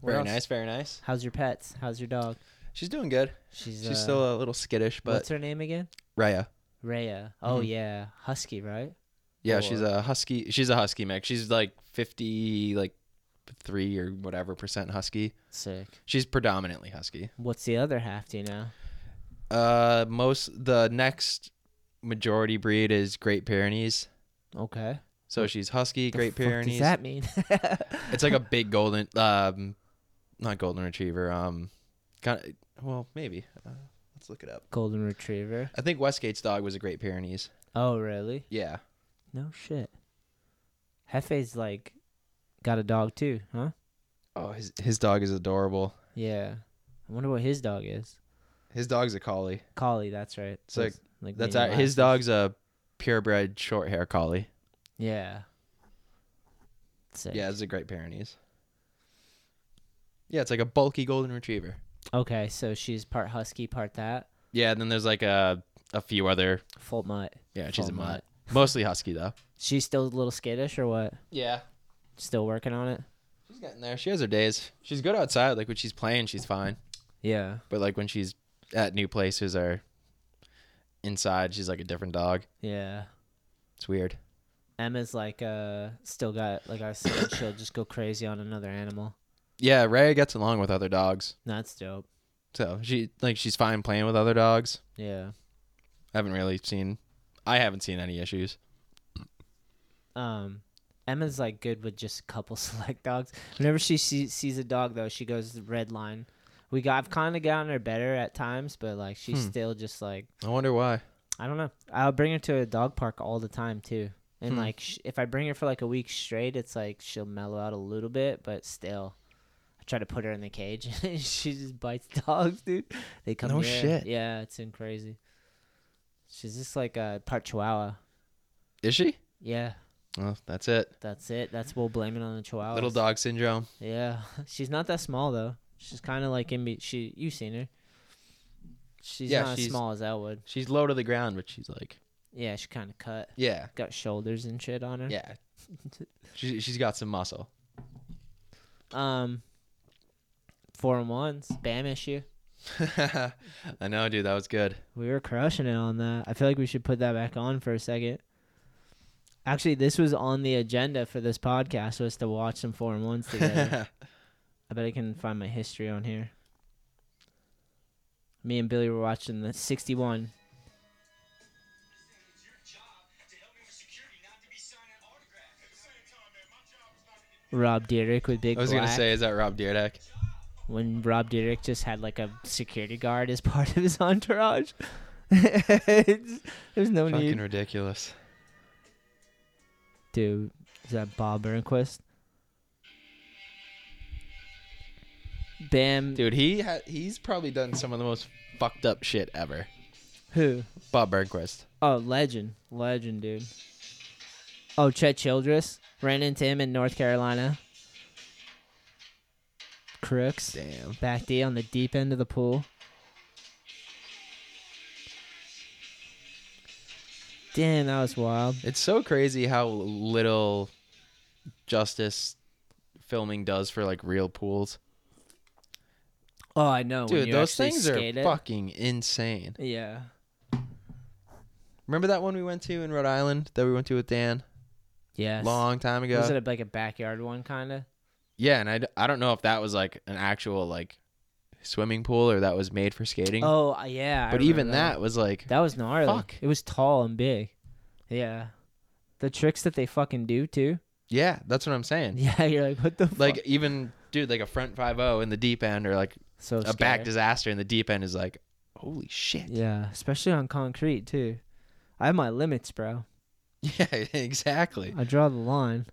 Speaker 2: What
Speaker 3: very
Speaker 2: else?
Speaker 3: nice very nice
Speaker 2: How's your pets? How's your dog?
Speaker 3: she's doing good
Speaker 2: She's,
Speaker 3: she's
Speaker 2: uh,
Speaker 3: still a little skittish but
Speaker 2: what's her name again?
Speaker 3: raya
Speaker 2: Rhea. Oh
Speaker 3: Mhm.
Speaker 2: yeah, husky, right?
Speaker 3: yeah she's
Speaker 2: Or-
Speaker 3: a husky she's a husky mix she's like 50 like 3 or whatever percent husky
Speaker 2: Sick.
Speaker 3: she's predominantly husky
Speaker 2: What's the other half? Do you know?
Speaker 3: uh most the next majority breed is great pyrenees
Speaker 2: Okay.
Speaker 3: so she's husky
Speaker 2: The
Speaker 3: great
Speaker 2: fuck does
Speaker 3: pyrenees
Speaker 2: that mean?
Speaker 3: It's like a big golden, um, not golden retriever. Um, kind of, well, maybe. Uh, let's look it up.
Speaker 2: golden retriever.
Speaker 3: I think Westgate's dog was a Great Pyrenees.
Speaker 2: Oh, really?
Speaker 3: Yeah,
Speaker 2: No shit. Hefe's like got a dog too, huh?
Speaker 3: Oh, his his dog is adorable.
Speaker 2: Yeah. I wonder what his dog is.
Speaker 3: His dog's a collie.
Speaker 2: Collie, that's right.
Speaker 3: It's like-
Speaker 2: Those, like
Speaker 3: That's
Speaker 2: mini
Speaker 3: our,
Speaker 2: glasses.
Speaker 3: his dog's a purebred short hair collie.
Speaker 2: Yeah. Sick.
Speaker 3: Yeah, it's a Great Pyrenees. Yeah, it's like a bulky golden retriever.
Speaker 2: Okay, so she's part husky, part that.
Speaker 3: Yeah, and then there's like a a few other.
Speaker 2: Full mutt.
Speaker 3: Yeah, she's
Speaker 2: Full
Speaker 3: a mutt. Mostly husky though.
Speaker 2: She's still a little skittish or what?
Speaker 3: Yeah,
Speaker 2: Still working on it?
Speaker 3: she's getting there. She has her days. She's good outside. Like when she's playing, she's fine.
Speaker 2: Yeah.
Speaker 3: But like when she's at new places or inside, she's like a different dog.
Speaker 2: Yeah.
Speaker 3: It's weird.
Speaker 2: Emma's like uh still got like I was saying, she'll just go crazy on another animal.
Speaker 3: Yeah, Raya gets along with other dogs.
Speaker 2: That's dope.
Speaker 3: So she like she's fine playing with other dogs.
Speaker 2: Yeah.
Speaker 3: I haven't really seen I haven't seen any issues.
Speaker 2: Um, Emma's like good with just a couple select dogs. Whenever she sees, sees a dog though, she goes the red line. We got I've kind of gotten her better at times, but like she's
Speaker 3: Hmm.
Speaker 2: still just like
Speaker 3: I wonder why.
Speaker 2: I don't know. I'll bring her to a dog park all the time too. And
Speaker 3: Hmm.
Speaker 2: like sh- if I bring her for like a week straight, it's like she'll mellow out a little bit, but still I try to put her in the cage and she just bites dogs, dude. They come
Speaker 3: No
Speaker 2: near.
Speaker 3: shit.
Speaker 2: Yeah, it's in crazy. She's just like a part chihuahua.
Speaker 3: Is she?
Speaker 2: Yeah,
Speaker 3: Well, that's it.
Speaker 2: that's it. That's we'll blame it on the chihuahua.
Speaker 3: Little dog syndrome.
Speaker 2: Yeah, she's not that small though. She's kind of like in be- she. You've seen her. She's
Speaker 3: Yeah,
Speaker 2: not
Speaker 3: she's-
Speaker 2: as small as Elwood.
Speaker 3: She's low to the ground, but she's like,
Speaker 2: Yeah, she kind of cut.
Speaker 3: yeah,
Speaker 2: Got shoulders and shit on her.
Speaker 3: yeah. She, she's got some muscle.
Speaker 2: Um. Four and ones, Bam issue.
Speaker 3: I know, dude. That was good.
Speaker 2: We were crushing it on that. I feel like we should put that back on for a second. Actually, this was on the agenda for this podcast was to watch some four and ones together. I bet I can find my history on here. Me and Billy were watching the 61 Rob Dyrdek with Big
Speaker 3: I was
Speaker 2: Black.
Speaker 3: gonna say, is that Rob Dyrdek?
Speaker 2: when Rob Dyrdek just had like a security guard as part of his entourage. It's- There's no
Speaker 3: Fucking
Speaker 2: need.
Speaker 3: ridiculous.
Speaker 2: Dude, is that Bob Burnquist? Bam.
Speaker 3: Dude, he ha- he's probably done some of the most fucked up shit ever.
Speaker 2: Who?
Speaker 3: Bob Burnquist.
Speaker 2: Oh, legend. Legend, dude. Oh, Chet Childress. Ran into him in North Carolina. Crooks.
Speaker 3: Damn.
Speaker 2: Back D on the deep end of the pool. Damn, that was wild.
Speaker 3: It's so crazy how little justice filming does for like real pools.
Speaker 2: Oh, I know. when
Speaker 3: Dude,
Speaker 2: you
Speaker 3: those
Speaker 2: actually
Speaker 3: things are
Speaker 2: skate it.
Speaker 3: fucking insane.
Speaker 2: Yeah.
Speaker 3: Remember that one we went to in Rhode Island that we went to with Dan
Speaker 2: Yes.
Speaker 3: long time ago?
Speaker 2: Was it a, like a backyard one, kind of?
Speaker 3: yeah, and I, d- I don't know if that was like an actual like swimming pool or that was made for skating.
Speaker 2: Oh, uh, yeah. I
Speaker 3: but even
Speaker 2: remember
Speaker 3: that was like
Speaker 2: That was gnarly.
Speaker 3: Fuck.
Speaker 2: It was tall and big. Yeah. The tricks that they fucking do, too.
Speaker 3: yeah, that's what I'm saying.
Speaker 2: Yeah, you're like, what the fuck?
Speaker 3: Like even dude like a front 50 in the deep end or like
Speaker 2: so
Speaker 3: a back
Speaker 2: scary.
Speaker 3: disaster in the deep end is like holy shit.
Speaker 2: Yeah, especially on concrete, too. I have my limits, bro.
Speaker 3: Yeah, exactly.
Speaker 2: I draw the line.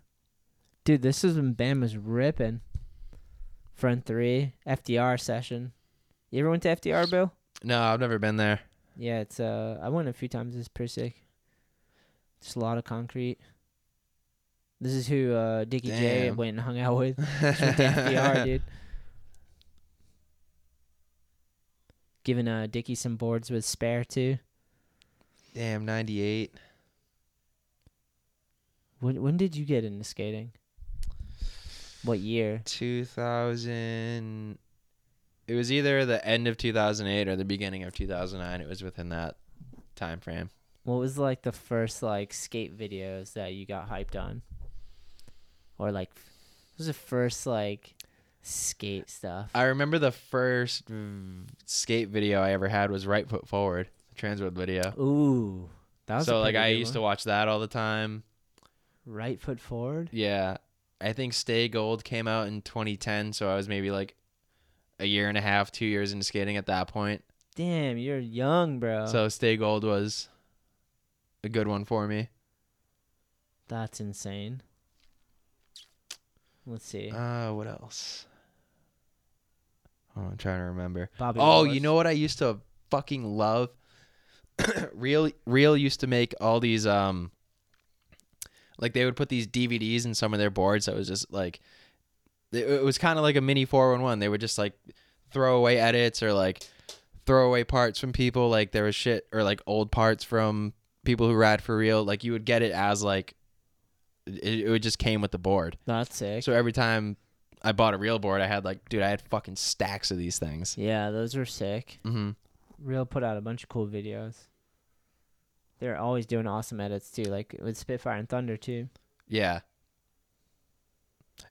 Speaker 2: Dude, this is when Bam was ripping. Front three, FDR session. You ever went to FDR, Bill?
Speaker 3: No, I've never been there.
Speaker 2: Yeah, it's uh I went a few times, it's pretty sick. Just a lot of concrete. This is who uh Dickie J
Speaker 3: Damn.
Speaker 2: went and hung out with. Just went to FDR, dude. Giving uh Dickie some boards with spare too.
Speaker 3: Damn, 98.
Speaker 2: When when did you get into skating? What year?
Speaker 3: 2000 it was either the end of 2008 or the beginning of 2009 it was within that time frame
Speaker 2: What was like the first like skate videos that you got hyped on? Or like f- what was the first like skate stuff?
Speaker 3: i remember the first mm, skate video i ever had was right foot forward the transworld video
Speaker 2: Ooh. That was
Speaker 3: so like i used to watch that all the time
Speaker 2: to right foot forward.
Speaker 3: yeah i think stay gold came out in 2010 so i was maybe like a year and a half two years into skating at that point
Speaker 2: Damn, you're young, bro.
Speaker 3: so stay gold was a good one for me
Speaker 2: That's insane. Let's see.
Speaker 3: Uh, what else? Oh, I'm trying to remember.
Speaker 2: Bobby.
Speaker 3: Oh,
Speaker 2: Wallace.
Speaker 3: you know what I used to fucking love? Real Real used to make all these um like they would put these DVDs in some of their boards that was just like it, it was kind of like a mini 411. They would just like throw away edits or like throw away parts from people like there was shit or like old parts from people who ride for real like you would get it as like it, it just came with the board
Speaker 2: That's sick.
Speaker 3: so every time I bought a real board, I had like, dude, I had fucking stacks of these things.
Speaker 2: yeah, those were sick.
Speaker 3: Mm-hmm.
Speaker 2: Real put out a bunch of cool videos. They're always doing awesome edits too, like with Spitfire and Thunder too.
Speaker 3: Yeah.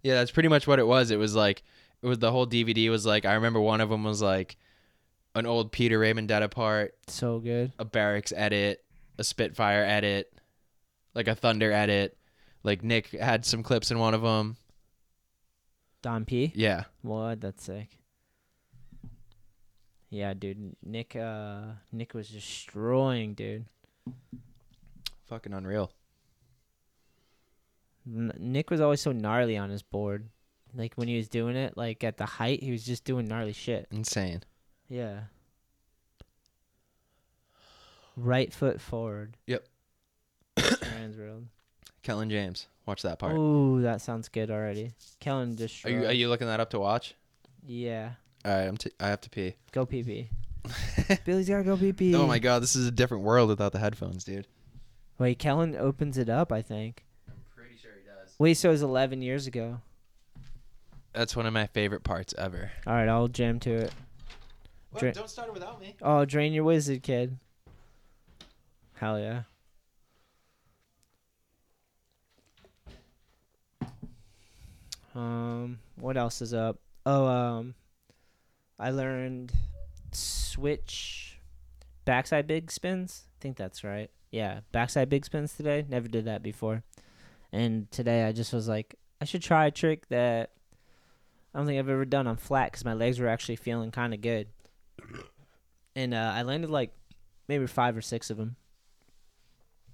Speaker 3: Yeah, that's pretty much what it was. It was like, it was the whole DVD was like, I remember one of them was like an old Peter Raymond Detta part,
Speaker 2: So good.
Speaker 3: a Barracks edit, a Spitfire edit, like a Thunder edit. Like Nick had some clips in one of them.
Speaker 2: Don P.
Speaker 3: Yeah.
Speaker 2: What? That's sick. Yeah, dude. Nick. Uh, Nick was destroying, dude.
Speaker 3: Fucking unreal.
Speaker 2: N- Nick was always so gnarly on his board. Like when he was doing it, like at the height, he was just doing gnarly shit.
Speaker 3: Insane.
Speaker 2: Yeah. Right foot forward.
Speaker 3: Yep.
Speaker 2: Sharon's world.
Speaker 3: Kellen James. Watch that part.
Speaker 2: Ooh, that sounds good already. Kellen destroyed.
Speaker 3: Are you are you looking that up to watch?
Speaker 2: Yeah.
Speaker 3: All right, I'm t- I have to pee.
Speaker 2: Go pee pee. Billy's gotta go pee pee.
Speaker 3: Oh my god, this is a different world without the headphones, dude.
Speaker 2: Wait, Kellen opens it up, I think.
Speaker 3: I'm pretty sure he does.
Speaker 2: Wait, so it was 11 years ago.
Speaker 3: That's one of my favorite parts ever.
Speaker 2: All right, I'll jam to it. What? Dra-
Speaker 3: don't start it without me.
Speaker 2: Oh, drain your wizard, kid. Hell yeah. Um, what else is up? Oh, um, I learned switch backside big spins. I think that's right. Yeah, backside big spins today. Never did that before. And today I just was like, I should try a trick that I don't think I've ever done on flat because my legs were actually feeling kind of good. And uh, I landed like maybe five or six of them.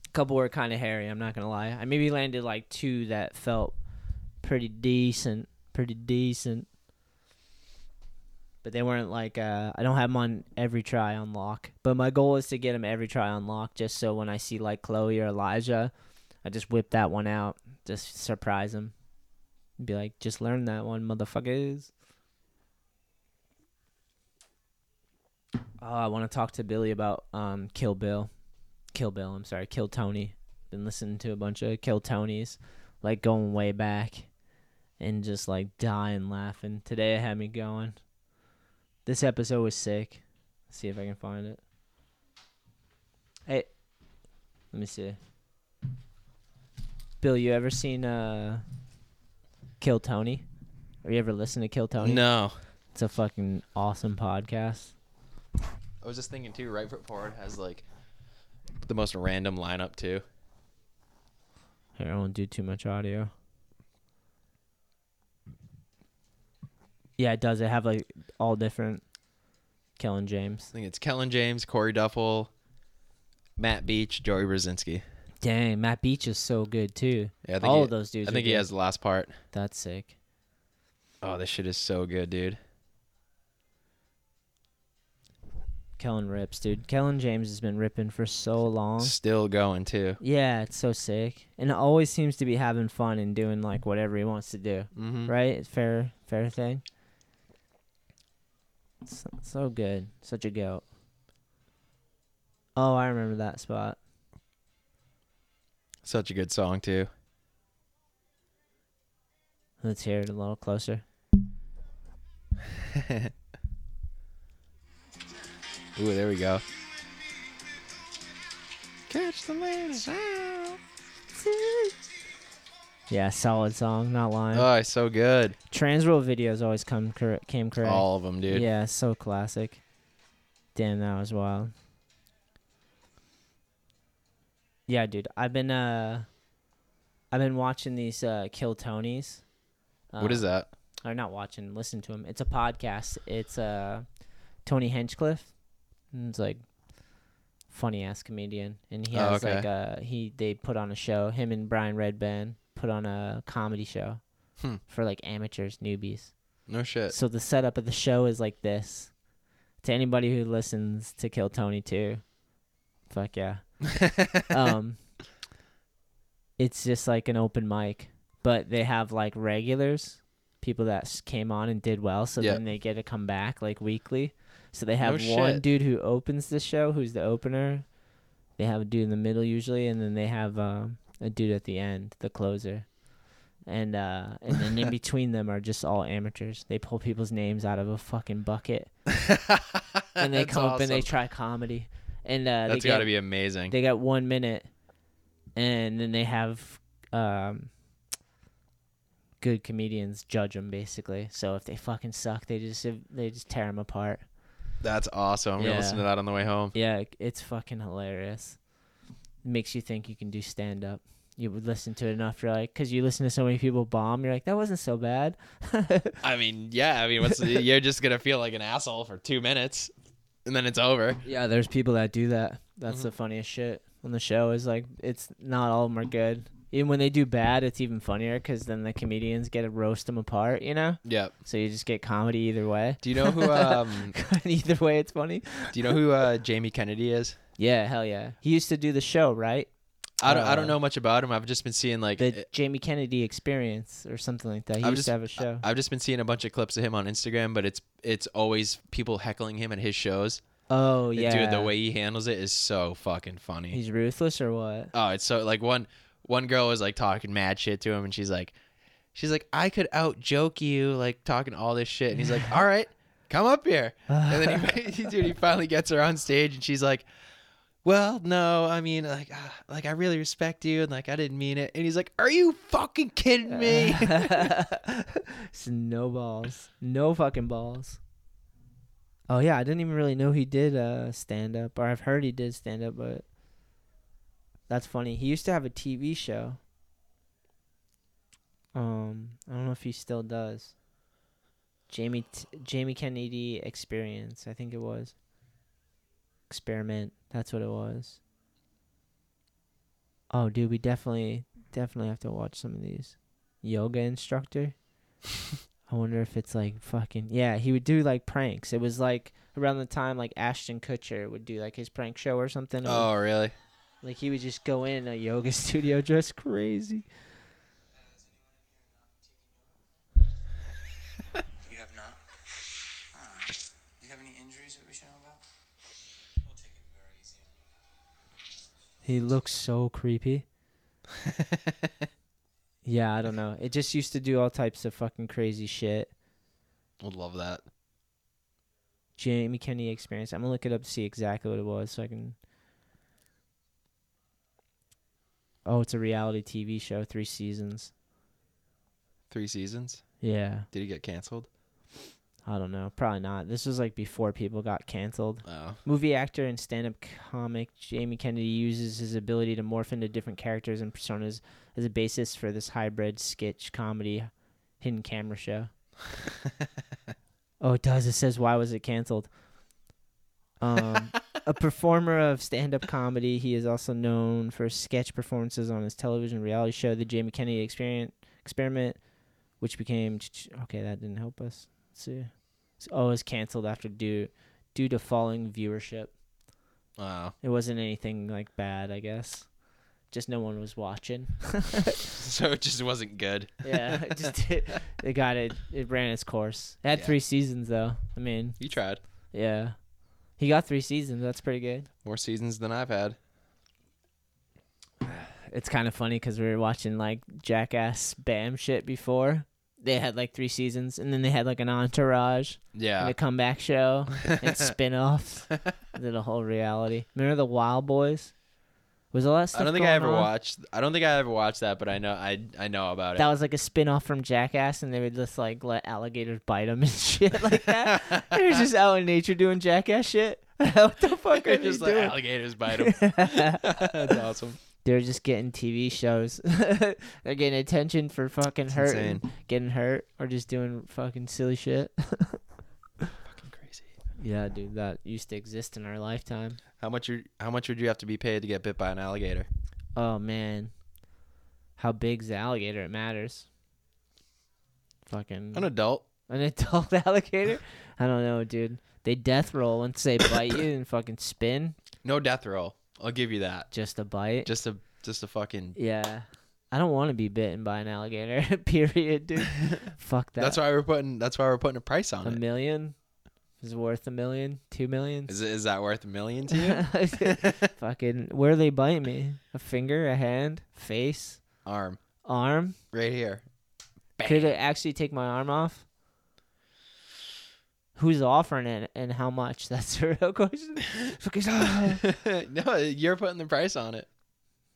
Speaker 2: A couple were kind of hairy, I'm not going to lie. I maybe landed like two that felt pretty decent. Pretty decent. But they weren't like, uh, I don't have them on every try on lock. But my goal is to get them every try on lock just so when I see like Chloe or Elijah, I just whip that one out, just surprise them. Be like, just learn that one, motherfuckers. Oh, I want to talk to Billy about um, Kill Bill. Kill Bill, I'm sorry, Kill Tony. Been listening to a bunch of Kill Tonys, like going way back and just like dying laughing. Today it had me going. This episode was sick. see if I can find it. Hey, let me see. Bill, you ever seen uh, Kill Tony? Or you ever listened to Kill Tony?
Speaker 3: No.
Speaker 2: It's a fucking awesome podcast.
Speaker 3: I was just thinking too, right foot forward has like the most random lineup too.
Speaker 2: Here, I won't do too much audio. Yeah, it does. It have like all different Kellen
Speaker 3: I
Speaker 2: James.
Speaker 3: think it's Kellen James, Corey Duffel, Matt Beach, Joey Brzezinski.
Speaker 2: Dang, Matt Beach is so good too.
Speaker 3: Yeah, I think
Speaker 2: All
Speaker 3: he,
Speaker 2: of those dudes.
Speaker 3: I think he has the last part.
Speaker 2: That's sick.
Speaker 3: Oh, this shit is so good, dude.
Speaker 2: Kellen rips, dude. Kellen James has been ripping for so long.
Speaker 3: Still going too.
Speaker 2: Yeah, it's so sick, and it always seems to be having fun and doing like whatever he wants to do.
Speaker 3: Mm-hmm.
Speaker 2: Right? It's fair, fair thing. So, so good, such a goat. Oh, I remember that spot.
Speaker 3: Such a good song too.
Speaker 2: Let's hear it a little closer.
Speaker 3: Ooh, there we go. Catch the ladies out.
Speaker 2: Yeah, solid song, not lying.
Speaker 3: Oh, it's so good.
Speaker 2: Transworld videos always come cor- came correct.
Speaker 3: All of them, Oh, dude.
Speaker 2: Yeah, so classic. Damn, that was wild. Yeah, dude, I've been uh, I've been watching these uh, Kill Tonys.
Speaker 3: What is
Speaker 2: Uh,
Speaker 3: that?
Speaker 2: Or not watching, listen to him. It's a podcast. It's uh, Tony Hinchcliffe. And It's like funny ass comedian, and he
Speaker 3: Oh,
Speaker 2: has
Speaker 3: okay.
Speaker 2: like uh he they put on a show. Him and Brian Redband put on a comedy show
Speaker 3: Hmm.
Speaker 2: for like amateurs, newbies.
Speaker 3: No shit.
Speaker 2: So the setup of the show is like this. To anybody who listens to Kill Tony too, fuck yeah. um, it's just like an open mic, but they have like regulars, people that s- came on and did well. So
Speaker 3: Yeah.
Speaker 2: then they get to come back like weekly. So they have
Speaker 3: No
Speaker 2: one
Speaker 3: shit.
Speaker 2: dude who opens the show, who's the opener. They have a dude in the middle usually, and then they have um, a dude at the end, the closer. And uh, and then in between them are just all amateurs. They pull people's names out of a fucking bucket, and they
Speaker 3: That's
Speaker 2: come up and they
Speaker 3: awesome.
Speaker 2: try comedy. And uh,
Speaker 3: That's
Speaker 2: they
Speaker 3: got
Speaker 2: get,
Speaker 3: to be amazing.
Speaker 2: they got one minute, and then they have um, good comedians judge them basically. So if they fucking suck, they just they just tear them apart.
Speaker 3: That's awesome. I'm
Speaker 2: Yeah.
Speaker 3: gonna listen to that on the way home.
Speaker 2: Yeah, it's fucking hilarious. Makes you think you can do stand up. you would listen to it enough. You're like, because you listen to so many people bomb, you're like, that wasn't so bad.
Speaker 3: I mean, yeah. I mean, what's the, you're just gonna feel like an asshole for two minutes, and then it's over.
Speaker 2: yeah, there's people that do that. That's
Speaker 3: Mhm.
Speaker 2: the funniest shit on the show. Is like, it's not all of them are good. Even when they do bad, it's even funnier because then the comedians get to roast them apart. You know,
Speaker 3: Yeah.
Speaker 2: so you just get comedy either way.
Speaker 3: Do you know who? Um,
Speaker 2: either way, it's funny.
Speaker 3: do you know who uh, Jamie Kennedy is?
Speaker 2: Yeah, hell yeah. He used to do the show, right?
Speaker 3: I don't. I
Speaker 2: Uh,
Speaker 3: don't know much about him. I've just been seeing like. eh,
Speaker 2: The Jamie Kennedy Experience or something like that. He
Speaker 3: I've
Speaker 2: used
Speaker 3: just-
Speaker 2: to have a show.
Speaker 3: I've just been seeing a bunch of clips of him on Instagram, but it's it's always people heckling him at his shows.
Speaker 2: oh
Speaker 3: And,
Speaker 2: yeah,
Speaker 3: Dude, the way he handles it is so fucking funny.
Speaker 2: he's ruthless or what?
Speaker 3: oh, it's so like one one girl was like talking mad shit to him, and she's like, she's like, I could out joke you, like talking all this shit, and he's like, all right, come up here, and then he, he dude, he finally gets her on stage, and she's like. Well, no, I mean, like, ah, like I really respect you, and like I didn't mean it. And he's like, "Are you fucking kidding me?"
Speaker 2: It's no balls, no fucking balls. Oh yeah, I didn't even really know he did uh, stand up, or I've heard he did stand up, but that's funny. He used to have a TV show. Um, I don't know if he still does. Jamie T- Jamie Kennedy Experience, I think it was. Experiment, that's what it was. Oh, dude, we definitely definitely have to watch some of these. Yoga instructor. I wonder if it's like fucking yeah. He would do like pranks. It was like around the time like Ashton Kutcher would do like his prank show or something. or-
Speaker 3: oh, really?
Speaker 2: like he would just go in a yoga studio dressed crazy.
Speaker 6: You have not? Alright. Do you have any injuries that we should know about? We'll take it very easy.
Speaker 2: He looks so creepy. yeah, I don't know. It just used to do all types of fucking crazy shit.
Speaker 3: Would love that.
Speaker 2: Jamie Kennedy experience. I'm gonna look it up to see exactly what it was so I can Oh, it's a reality TV show, three seasons.
Speaker 3: Three seasons.
Speaker 2: Yeah.
Speaker 3: Did he get canceled?
Speaker 2: I don't know. Probably not. This was like before people got canceled.
Speaker 3: Oh,
Speaker 2: Movie actor and stand up comic Jamie Kennedy uses his ability to morph into different characters and personas as a basis for this hybrid sketch comedy hidden camera show. oh, it does. It says, Why was it canceled? Um, a performer of stand up comedy, he is also known for sketch performances on his television reality show, The Jamie Kennedy Experien- Experiment, which became. Okay, that didn't help us. Let's see. So, oh, it was canceled after due, due to falling viewership.
Speaker 3: wow.
Speaker 2: It wasn't anything like bad, I guess. Just no one was watching.
Speaker 3: so it just wasn't good.
Speaker 2: Yeah, it just it, it got it. It ran its course. It had
Speaker 3: Yeah.
Speaker 2: three seasons though. I mean,
Speaker 3: You tried
Speaker 2: yeah, he got three seasons. That's pretty good.
Speaker 3: more seasons than I've had.
Speaker 2: It's kind of funny because we were watching like Jackass Bam shit before. They had like three seasons, and then they had like an entourage and
Speaker 3: Yeah.
Speaker 2: a comeback show and spin-offs. did a whole reality. Remember the Wild Boys? Was all that stuff?
Speaker 3: I don't think I
Speaker 2: going
Speaker 3: ever
Speaker 2: on?
Speaker 3: watched. I don't think I ever watched that, but I know I I know about
Speaker 2: That was like a spin off from Jackass, and they would just like let alligators bite them and shit like that. they were just out in nature doing Jackass shit. what the fuck are
Speaker 3: it.
Speaker 2: they
Speaker 3: just like
Speaker 2: doing?
Speaker 3: alligators bite them. That's awesome.
Speaker 2: They're just getting TV shows. They're getting attention for fucking
Speaker 3: It's
Speaker 2: hurting, getting hurt, or just doing fucking silly shit.
Speaker 3: Fucking crazy.
Speaker 2: yeah, dude, that used to exist in our lifetime.
Speaker 3: How much you How much would you have to be paid to get bit by an alligator?
Speaker 2: Oh man, how big's the alligator? It matters. Fucking
Speaker 3: An adult.
Speaker 2: An adult alligator? I don't know, dude. They death roll once they bite you and fucking spin.
Speaker 3: No death roll. I'll give you that.
Speaker 2: Just a bite.
Speaker 3: Just a just a fucking.
Speaker 2: yeah. I don't want to be bitten by an alligator. Period, dude. Fuck that.
Speaker 3: That's why we're putting. That's why we're putting a price
Speaker 2: A
Speaker 3: on it.
Speaker 2: million is worth a million, two million.
Speaker 3: Is it is that worth a million to you?
Speaker 2: fucking where they bite me? A finger, a hand, face,
Speaker 3: Arm
Speaker 2: arm.
Speaker 3: right here.
Speaker 2: Could it actually take my arm off? Who's offering it and how much? That's the real question. Fucking- I
Speaker 3: no, you're putting the price on it.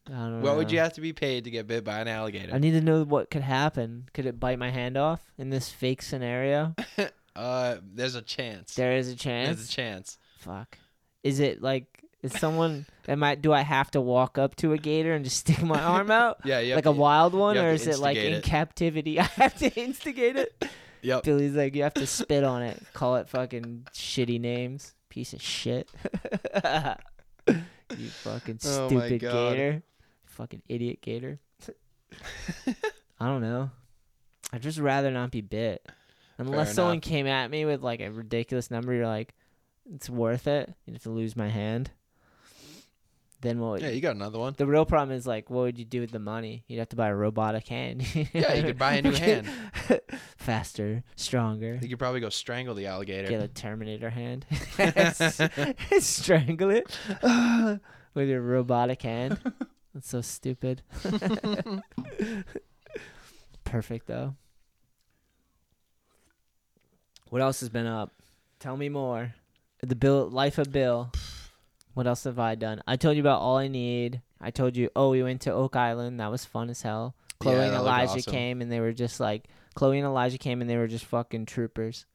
Speaker 2: don't
Speaker 3: What would
Speaker 2: know.
Speaker 3: you have to be paid to get bit by an
Speaker 2: I
Speaker 3: alligator?
Speaker 2: need to know what could happen. Could it bite my hand off in this fake scenario?
Speaker 3: Uh, there's a chance.
Speaker 2: There is a chance.
Speaker 3: There's a chance.
Speaker 2: Fuck. Is it like? Is someone am I do I have to walk up to a gator and just stick my arm out?
Speaker 3: Yeah, yeah.
Speaker 2: like a wild one
Speaker 3: have
Speaker 2: or
Speaker 3: to
Speaker 2: is it like
Speaker 3: instigate
Speaker 2: in
Speaker 3: it.
Speaker 2: captivity? I have to instigate it.
Speaker 3: Yep.
Speaker 2: Billy's like you have to spit on it. Call it fucking shitty names. Piece of shit. you fucking
Speaker 3: Oh my
Speaker 2: stupid
Speaker 3: God.
Speaker 2: gator. Fucking idiot gator. I don't know. I'd just rather not be bit. Unless
Speaker 3: Fair
Speaker 2: someone
Speaker 3: enough.
Speaker 2: came at me with like a ridiculous number, you're like, it's worth it. You have to lose my hand. Then what? would-
Speaker 3: Yeah, you got another one.
Speaker 2: the real problem is like, what would you do with the money? You'd have to buy a robotic hand.
Speaker 3: Yeah, you could buy a new hand.
Speaker 2: Faster, stronger.
Speaker 3: You could probably go strangle the alligator.
Speaker 2: Get a Terminator hand. Strangle it with your robotic hand. That's so stupid. Perfect though. What else has been up? Tell me more. The Bill Life of Bill. What else have I done? I told you about all I need. I told you, oh, we went to Oak Island. That was fun as hell. Chloe
Speaker 3: Yeah,
Speaker 2: and
Speaker 3: that looked
Speaker 2: Elijah
Speaker 3: awesome.
Speaker 2: came and they were just like Chloe and Elijah came and they were just fucking troopers.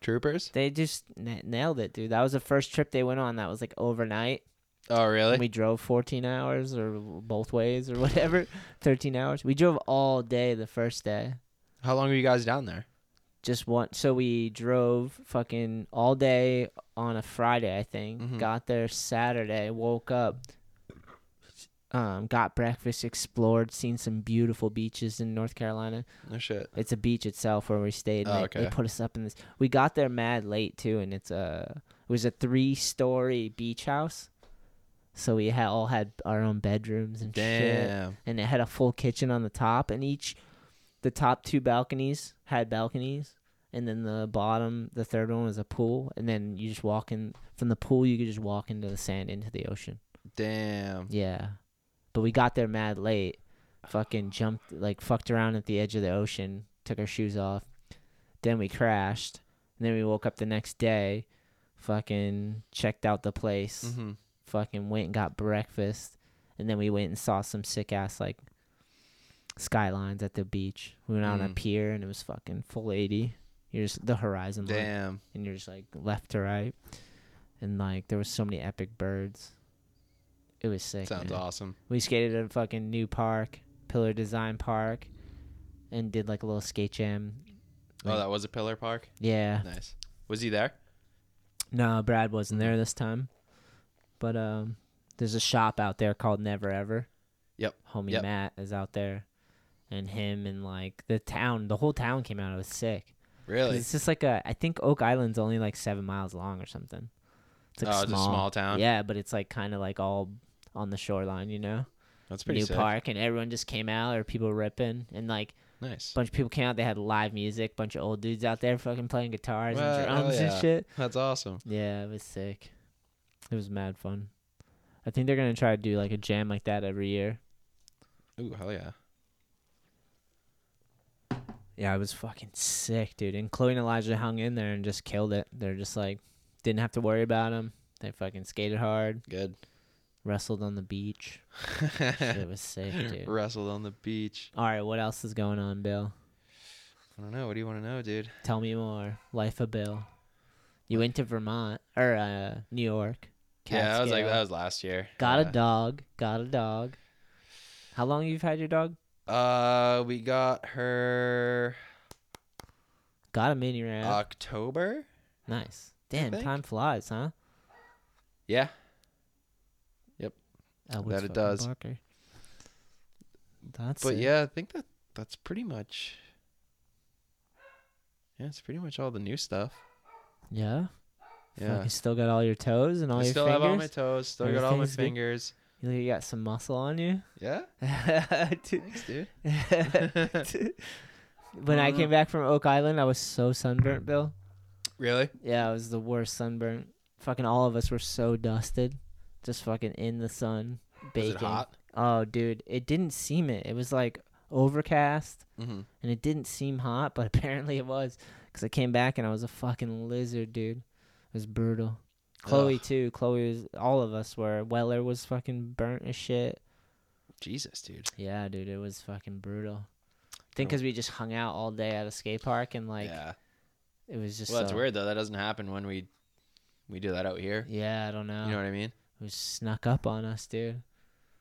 Speaker 3: Troopers?
Speaker 2: They just na nailed it, dude. That was the first trip they went on. That was like overnight.
Speaker 3: Oh, really?
Speaker 2: We drove 14 hours or both ways or whatever, 13 hours. We drove all day the first day.
Speaker 3: How long were you guys down there?
Speaker 2: Just one. So we drove fucking all day on a Friday, I think.
Speaker 3: Mhm.
Speaker 2: Got there Saturday, woke up, um, got breakfast, explored, seen some beautiful beaches in North Carolina.
Speaker 3: No shit.
Speaker 2: It's a beach itself where we stayed. And
Speaker 3: Oh,
Speaker 2: they, they
Speaker 3: okay.
Speaker 2: put us up in this. We got there mad late too, and it's a it was a three story beach house. So we had all had our own bedrooms and shit,
Speaker 3: Damn.
Speaker 2: and it had a full kitchen on the top, and each the top two balconies had balconies, and then the bottom the third one was a pool, and then you just walk in from the pool you could just walk into the sand into the ocean.
Speaker 3: Damn.
Speaker 2: Yeah. But we got there mad late. Fucking jumped, like, fucked around at the edge of the ocean, took our shoes off. Then we crashed. And then we woke up the next day, fucking checked out the place,
Speaker 3: Mm-hmm.
Speaker 2: fucking went and got breakfast. And then we went and saw some sick ass, like, skylines at the beach. We went out on a
Speaker 3: Mm.
Speaker 2: pier and it was fucking full 80. You're just the horizon line
Speaker 3: Damn.
Speaker 2: and you're just like left to right, and like there was so many epic birds. It was sick.
Speaker 3: Sounds
Speaker 2: man.
Speaker 3: awesome.
Speaker 2: We skated at a fucking new park, Pillar Design Park, and did like a little skate jam.
Speaker 3: Oh,
Speaker 2: Like-
Speaker 3: that was a pillar park?
Speaker 2: Yeah.
Speaker 3: Nice. Was he there?
Speaker 2: No, Brad wasn't there this time, but um, there's a shop out there called Never Ever.
Speaker 3: Yep.
Speaker 2: Homie
Speaker 3: Yep.
Speaker 2: Matt is out there, and him and like the town, the whole town came out. It was sick. 'Cause
Speaker 3: Really?
Speaker 2: It's just like a. I think Oak Island's only like seven miles long or something. It's like
Speaker 3: oh,
Speaker 2: small.
Speaker 3: it's a small town.
Speaker 2: Yeah, but it's like kind of like all on the shoreline, you know,
Speaker 3: That's pretty
Speaker 2: new
Speaker 3: sick.
Speaker 2: park, and everyone just came out, or people ripping, and like
Speaker 3: Nice.
Speaker 2: a bunch of people came out. They had live music, bunch of old dudes out there fucking playing guitars
Speaker 3: Well,
Speaker 2: and drums
Speaker 3: hell
Speaker 2: and
Speaker 3: oh, yeah.
Speaker 2: shit.
Speaker 3: That's awesome.
Speaker 2: Yeah, it was sick. It was mad fun. I think they're gonna try to do like a jam like that every year.
Speaker 3: Ooh, hell yeah.
Speaker 2: Yeah, it was fucking sick, dude. And Chloe and Elijah hung in there and just killed it. They're just like didn't have to worry about them. They fucking skated hard,
Speaker 3: Good.
Speaker 2: wrestled on the beach. Shit was sick, dude.
Speaker 3: Wrestled on the beach.
Speaker 2: All right, what else is going on, Bill?
Speaker 3: I don't know. What do you want to know, dude?
Speaker 2: Tell me more. Life of Bill. You went to Vermont or uh, New York.
Speaker 3: yeah, I was like,
Speaker 2: Catskill.
Speaker 3: that was last year.
Speaker 2: Got
Speaker 3: Yeah.
Speaker 2: a dog. Got a dog. How long you've had your dog?
Speaker 3: Uh, we got her
Speaker 2: Got a mini rat.
Speaker 3: October.
Speaker 2: nice. Damn,
Speaker 3: Uh, think.
Speaker 2: time flies, huh?
Speaker 3: Yeah, bet it does.
Speaker 2: Oh, Barker. That's
Speaker 3: but
Speaker 2: it.
Speaker 3: yeah, I think that that's pretty much. Yeah, it's pretty much all the new stuff.
Speaker 2: Yeah. Fuck,
Speaker 3: Yeah,
Speaker 2: you still got all your toes and all
Speaker 3: I
Speaker 2: your
Speaker 3: still
Speaker 2: fingers.
Speaker 3: have all my toes. Still got all my
Speaker 2: Everything's good.
Speaker 3: fingers.
Speaker 2: you look- you got some muscle on you.
Speaker 3: Yeah,
Speaker 2: Dude.
Speaker 3: thanks, dude.
Speaker 2: when I came back from Oak Island, I was so sunburnt, Bill.
Speaker 3: Really?
Speaker 2: Yeah, it was the worst sunburn. Fucking all of us were so dusted, just fucking in the sun, baking.
Speaker 3: Is it hot?
Speaker 2: Oh, dude, it didn't seem it. It was like overcast,
Speaker 3: Mm-hmm.
Speaker 2: and it didn't seem hot, but apparently it was, because I came back and I was a fucking lizard, dude. It was brutal. Chloe
Speaker 3: Ugh.
Speaker 2: too. Chloe was. All of us were. Weller was fucking burnt as shit.
Speaker 3: Jesus, dude.
Speaker 2: Yeah, dude, it was fucking brutal. I think
Speaker 3: Cool.
Speaker 2: because we just hung out all day at a skate park and like
Speaker 3: yeah.
Speaker 2: it was just.
Speaker 3: Well, that's
Speaker 2: so-
Speaker 3: weird though. That doesn't happen when we we do that out here.
Speaker 2: Yeah, I don't know.
Speaker 3: You know what I mean?
Speaker 2: who snuck up on us, dude.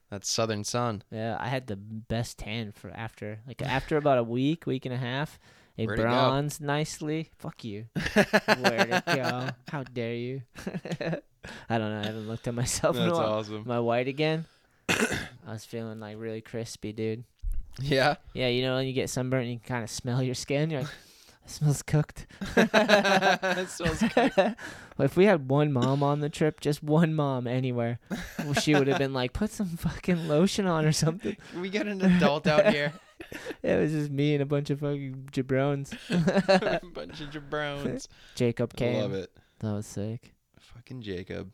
Speaker 3: That southern sun.
Speaker 2: Yeah, I had the best tan for after like after about a week, week and a half. It
Speaker 3: Where'd it go?
Speaker 2: bronzed nicely. Fuck you. Where'd it go? How dare you? I don't know. I haven't looked at myself in a
Speaker 3: That's
Speaker 2: while.
Speaker 3: awesome.
Speaker 2: Am I white again? I was feeling like really crispy, dude.
Speaker 3: Yeah.
Speaker 2: Yeah, you know when you get sunburnt and you kind of smell your skin, you're like, it smells cooked.
Speaker 3: It smells
Speaker 2: if we had one mom on the trip, just one mom anywhere, well, she would have been like, put some fucking lotion on or something.
Speaker 3: We got an adult out here.
Speaker 2: It was just me and a bunch of fucking jabrones.
Speaker 3: Bunch of jabrones.
Speaker 2: Jacob
Speaker 3: I
Speaker 2: came.
Speaker 3: love it.
Speaker 2: That was sick.
Speaker 3: Fucking Jacob.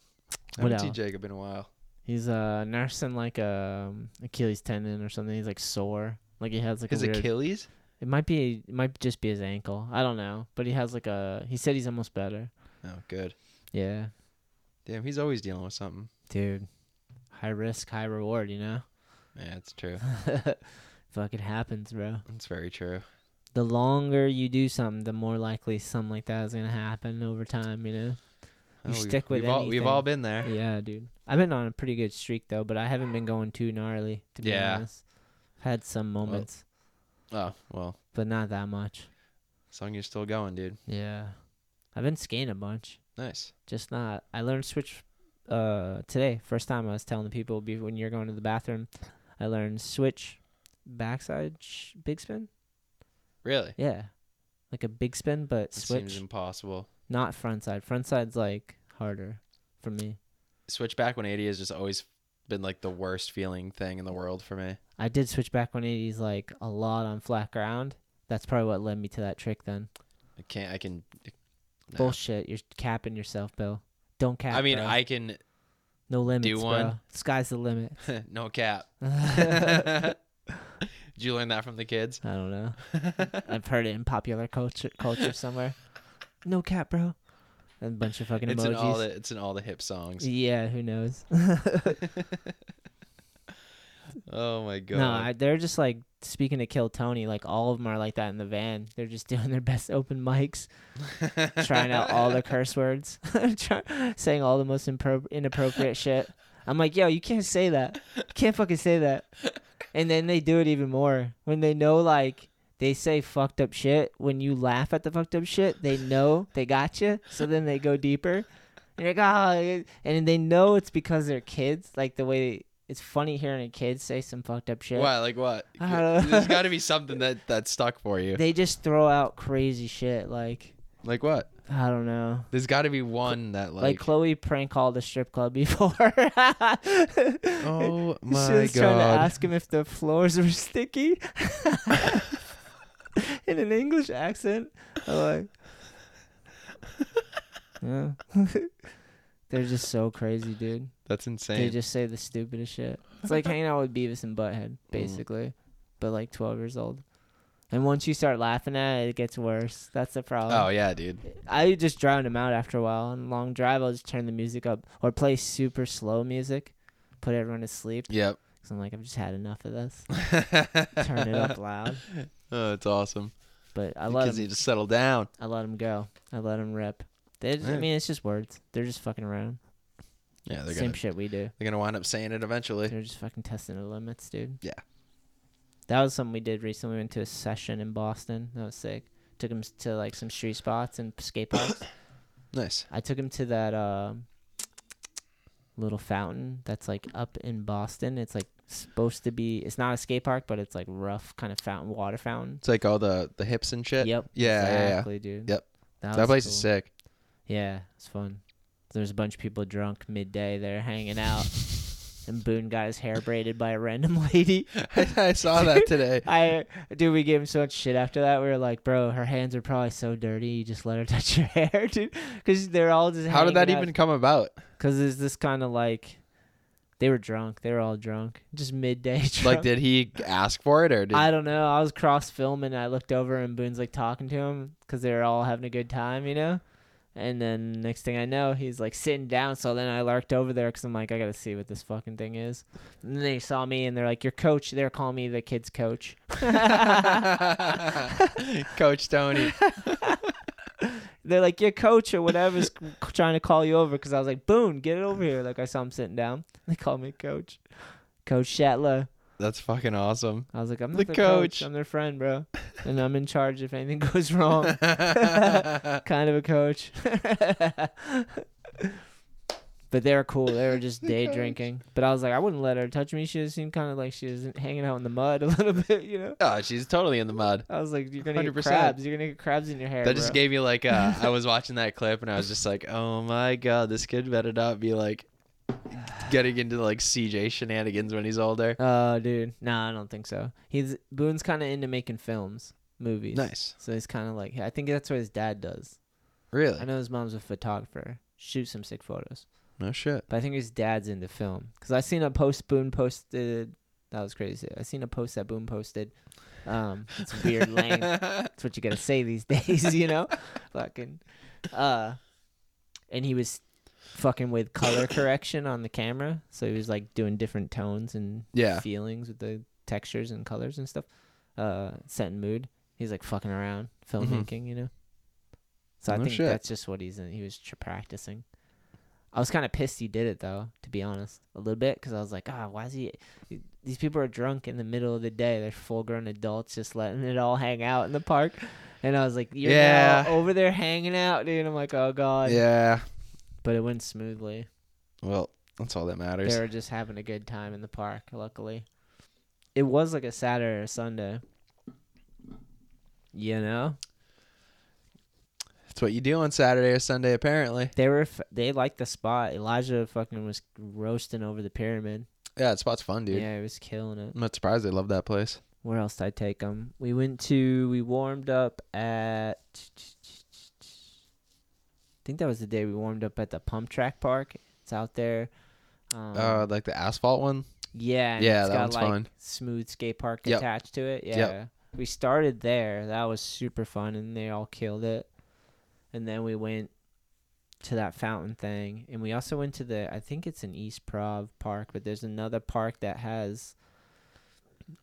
Speaker 3: I
Speaker 2: What
Speaker 3: haven't seen
Speaker 2: else?
Speaker 3: Jacob in a while.
Speaker 2: He's uh nursing like a um, Achilles tendon or something. He's like sore. Like he has like
Speaker 3: His
Speaker 2: a weird.
Speaker 3: Achilles?
Speaker 2: It might be. It might just be his ankle. I don't know. But he has like a. He said he's almost better.
Speaker 3: Oh, good.
Speaker 2: Yeah.
Speaker 3: Damn, he's always dealing with something.
Speaker 2: dude high risk high reward you know
Speaker 3: Yeah, it's true.
Speaker 2: fucking happens bro
Speaker 3: That's very true.
Speaker 2: the longer you do something the more likely something like that is gonna happen over time you know You
Speaker 3: Oh, we've-
Speaker 2: stick with
Speaker 3: we've all, we've all
Speaker 2: anything.
Speaker 3: been there.
Speaker 2: yeah dude i've been on a pretty good streak though but i haven't been going too gnarly to be
Speaker 3: Yeah.
Speaker 2: honest had some moments
Speaker 3: Oh, well,
Speaker 2: but not that much
Speaker 3: as long as you're still going, dude.
Speaker 2: yeah i've been skiing a bunch
Speaker 3: Nice.
Speaker 2: just not i learned switch uh today first time i was telling the people be when you're going to the bathroom i learned switch backside sh- big spin
Speaker 3: Really?
Speaker 2: Yeah. Like a big spin, but
Speaker 3: That
Speaker 2: switch,
Speaker 3: seems impossible.
Speaker 2: not front side. Front side's like harder for me.
Speaker 3: Switchback 180 has just always been like the worst feeling thing in the world for me.
Speaker 2: I did switch back 180s like a lot on flat ground. That's probably what led me to that trick then.
Speaker 3: I can't, I can. no.
Speaker 2: Bullshit. You're capping yourself, Bill. Don't cap.
Speaker 3: I mean,
Speaker 2: bro.
Speaker 3: I can,
Speaker 2: no limits, bro.
Speaker 3: one.
Speaker 2: Sky's the limit.
Speaker 3: no cap.
Speaker 2: I
Speaker 3: Did you learn that from the kids?
Speaker 2: don't know. I've heard it in popular culture culture somewhere. No cap, bro. And a bunch of fucking
Speaker 3: It's
Speaker 2: emojis.
Speaker 3: in all the it's in all the hip songs.
Speaker 2: yeah, who knows?
Speaker 3: Oh my god.
Speaker 2: No, I, they're just like speaking to Kill Tony. Like all of them are like that in the van. They're just doing their best open mics, trying out all the curse words, try, saying all the most impro- inappropriate shit. I'm like, yo, you can't say that. You can't fucking say that. And then they do it even more when they know like they say fucked up shit. When you laugh at the fucked up shit, they know they got you. So then they go deeper. And you're like, oh, and they know it's because they're kids. Like the way it's funny hearing a kid say some fucked up shit.
Speaker 3: What? Like what?
Speaker 2: I don't know.
Speaker 3: There's got to be something that that stuck for you.
Speaker 2: They just throw out crazy shit like
Speaker 3: Like what?
Speaker 2: I don't know.
Speaker 3: There's got to be one that
Speaker 2: Like,
Speaker 3: like.
Speaker 2: Chloe prank called a strip club before. oh
Speaker 3: oh
Speaker 2: she was
Speaker 3: my
Speaker 2: trying to
Speaker 3: god.
Speaker 2: ask him if the floors were sticky in an English accent. I'm like, yeah. They're just so crazy, dude.
Speaker 3: That's
Speaker 2: They
Speaker 3: insane.
Speaker 2: just say the stupidest shit. It's like hanging out with Beavis and Butthead,
Speaker 3: Mm.
Speaker 2: basically, but like 12 years old. And once you start laughing at it, it gets worse. That's the problem.
Speaker 3: Oh yeah, dude.
Speaker 2: I just drowned him out after a while. On long drive, I'll just turn the music up or play super slow music, put everyone to sleep.
Speaker 3: Yep.
Speaker 2: Cause I'm like, I've just had enough of this. Turn
Speaker 3: Turn
Speaker 2: it up loud.
Speaker 3: Oh, it's awesome.
Speaker 2: But I let
Speaker 3: Because
Speaker 2: him.
Speaker 3: you just settle down.
Speaker 2: I let him go. I let him rip. They just- I
Speaker 3: Yeah.
Speaker 2: mean, it's just words. They're just fucking around.
Speaker 3: Yeah, they're
Speaker 2: Same
Speaker 3: gonna
Speaker 2: shit we do.
Speaker 3: they're gonna wind up saying it eventually.
Speaker 2: They're just fucking testing the limits, dude.
Speaker 3: Yeah.
Speaker 2: That was something we did recently. We went to a session in Boston. That was sick. Took him to like some street spots and skate parks.
Speaker 3: Nice.
Speaker 2: I took him to that um little fountain that's like up in Boston. It's like supposed to be. It's not a skate park, but it's like rough kind of fountain, water fountain.
Speaker 3: It's like all the the hips and shit.
Speaker 2: Yep.
Speaker 3: Yeah, yeah, yeah.
Speaker 2: exactly, dude.
Speaker 3: Yep.
Speaker 2: That,
Speaker 3: That
Speaker 2: was
Speaker 3: place
Speaker 2: cool.
Speaker 3: is sick.
Speaker 2: Yeah, it's fun. There's a bunch of people drunk midday. They're hanging out, and Boone got his hair braided by a random lady.
Speaker 3: I saw that today.
Speaker 2: I dude, we gave him so much shit after that. We were like, bro, her hands are probably so dirty. You just let her touch your hair, dude, because they're all just.
Speaker 3: How did that
Speaker 2: hanging out.
Speaker 3: even come about?
Speaker 2: Cause it's this kind of like, they were drunk. They were all drunk, just midday drunk.
Speaker 3: Like, did he ask for it or did?
Speaker 2: I don't know. I was cross filming. I looked over and Boone's like talking to him because they were all having a good time, you know. And then next thing I know, he's like sitting down. So then I larked over there because I'm like, I gotta see what this fucking thing is. And then they saw me and they're like, your coach. They're calling me the kid's coach.
Speaker 3: Coach Tony.
Speaker 2: they they're like your coach or whatever's c- trying to call you over because I was like Boone, get it over here. Like I saw him sitting down. They call me coach, Coach Shetler.
Speaker 3: That's fucking awesome.
Speaker 2: I was like, I'm not
Speaker 3: The
Speaker 2: their coach.
Speaker 3: coach.
Speaker 2: I'm their friend, bro, and I'm in charge if anything goes wrong. kind of a coach. but they were cool. They were just day drinking. But I was like, I wouldn't let her touch me. She just seemed kind of like she was hanging out in the mud a little bit, you know.
Speaker 3: oh, she's totally in the mud.
Speaker 2: I was like, you're gonna get
Speaker 3: 100%.
Speaker 2: crabs. You're gonna get crabs in your hair.
Speaker 3: That just
Speaker 2: bro."
Speaker 3: gave me like uh, I was watching that clip and I was just like, oh my god, this kid better not be like getting into like CJ shenanigans when he's older.
Speaker 2: Oh, dude. No, I don't think so. He's Boone's kind of into making films, movies.
Speaker 3: Nice,
Speaker 2: So he's kind of like, I think that's what his dad does. I
Speaker 3: really?
Speaker 2: know his mom's a photographer. Shoots some sick photos.
Speaker 3: No shit.
Speaker 2: But I think his dad's into film because I seen a post Boone posted. That was crazy. I seen a post that Boone posted. Um, it's weird lame. That's what you gotta say these days, you know. fucking. Uh, and he was fucking with color correction on the camera, so he was like doing different tones and
Speaker 3: Yeah.
Speaker 2: feelings with the textures and colors and stuff. Uh, set and mood. He's like fucking around, filmmaking, you know. So I
Speaker 3: Mm-hmm. No
Speaker 2: think
Speaker 3: shit.
Speaker 2: that's just what he's in. He was tr- practicing. I was kind of pissed he did it though, to be honest, a little bit, because I was like, ah, why is he? These people are drunk in the middle of the day. They're full grown adults just letting it all hang out in the park. And I was like, you're
Speaker 3: Yeah.
Speaker 2: now over there hanging out, dude. I'm like, oh god.
Speaker 3: Yeah.
Speaker 2: But it went smoothly.
Speaker 3: Well, that's all that matters.
Speaker 2: They were just having a good time in the park. Luckily, it was like a Saturday or Sunday. You know,
Speaker 3: That's what you do on Saturday or Sunday, apparently.
Speaker 2: they were f- they liked the spot. Elijah fucking was roasting over the pyramid.
Speaker 3: Yeah, that spot's fun, dude.
Speaker 2: Yeah, he was killing it.
Speaker 3: I'm not surprised they love that place.
Speaker 2: Where else did I take them? We went to we warmed up at. I think that was the day we warmed up at the pump track park. It's out there. Um,
Speaker 3: uh, like the asphalt one.
Speaker 2: Yeah, and
Speaker 3: Yeah,
Speaker 2: it's
Speaker 3: that
Speaker 2: got
Speaker 3: one's
Speaker 2: like
Speaker 3: fun.
Speaker 2: smooth skate park
Speaker 3: Yep.
Speaker 2: attached to it.
Speaker 3: Yep.
Speaker 2: Yeah, we started there. That was super fun, and they all killed it. And then we went to that fountain thing, and we also went to the I think it's an East Prov park, but there's another park that has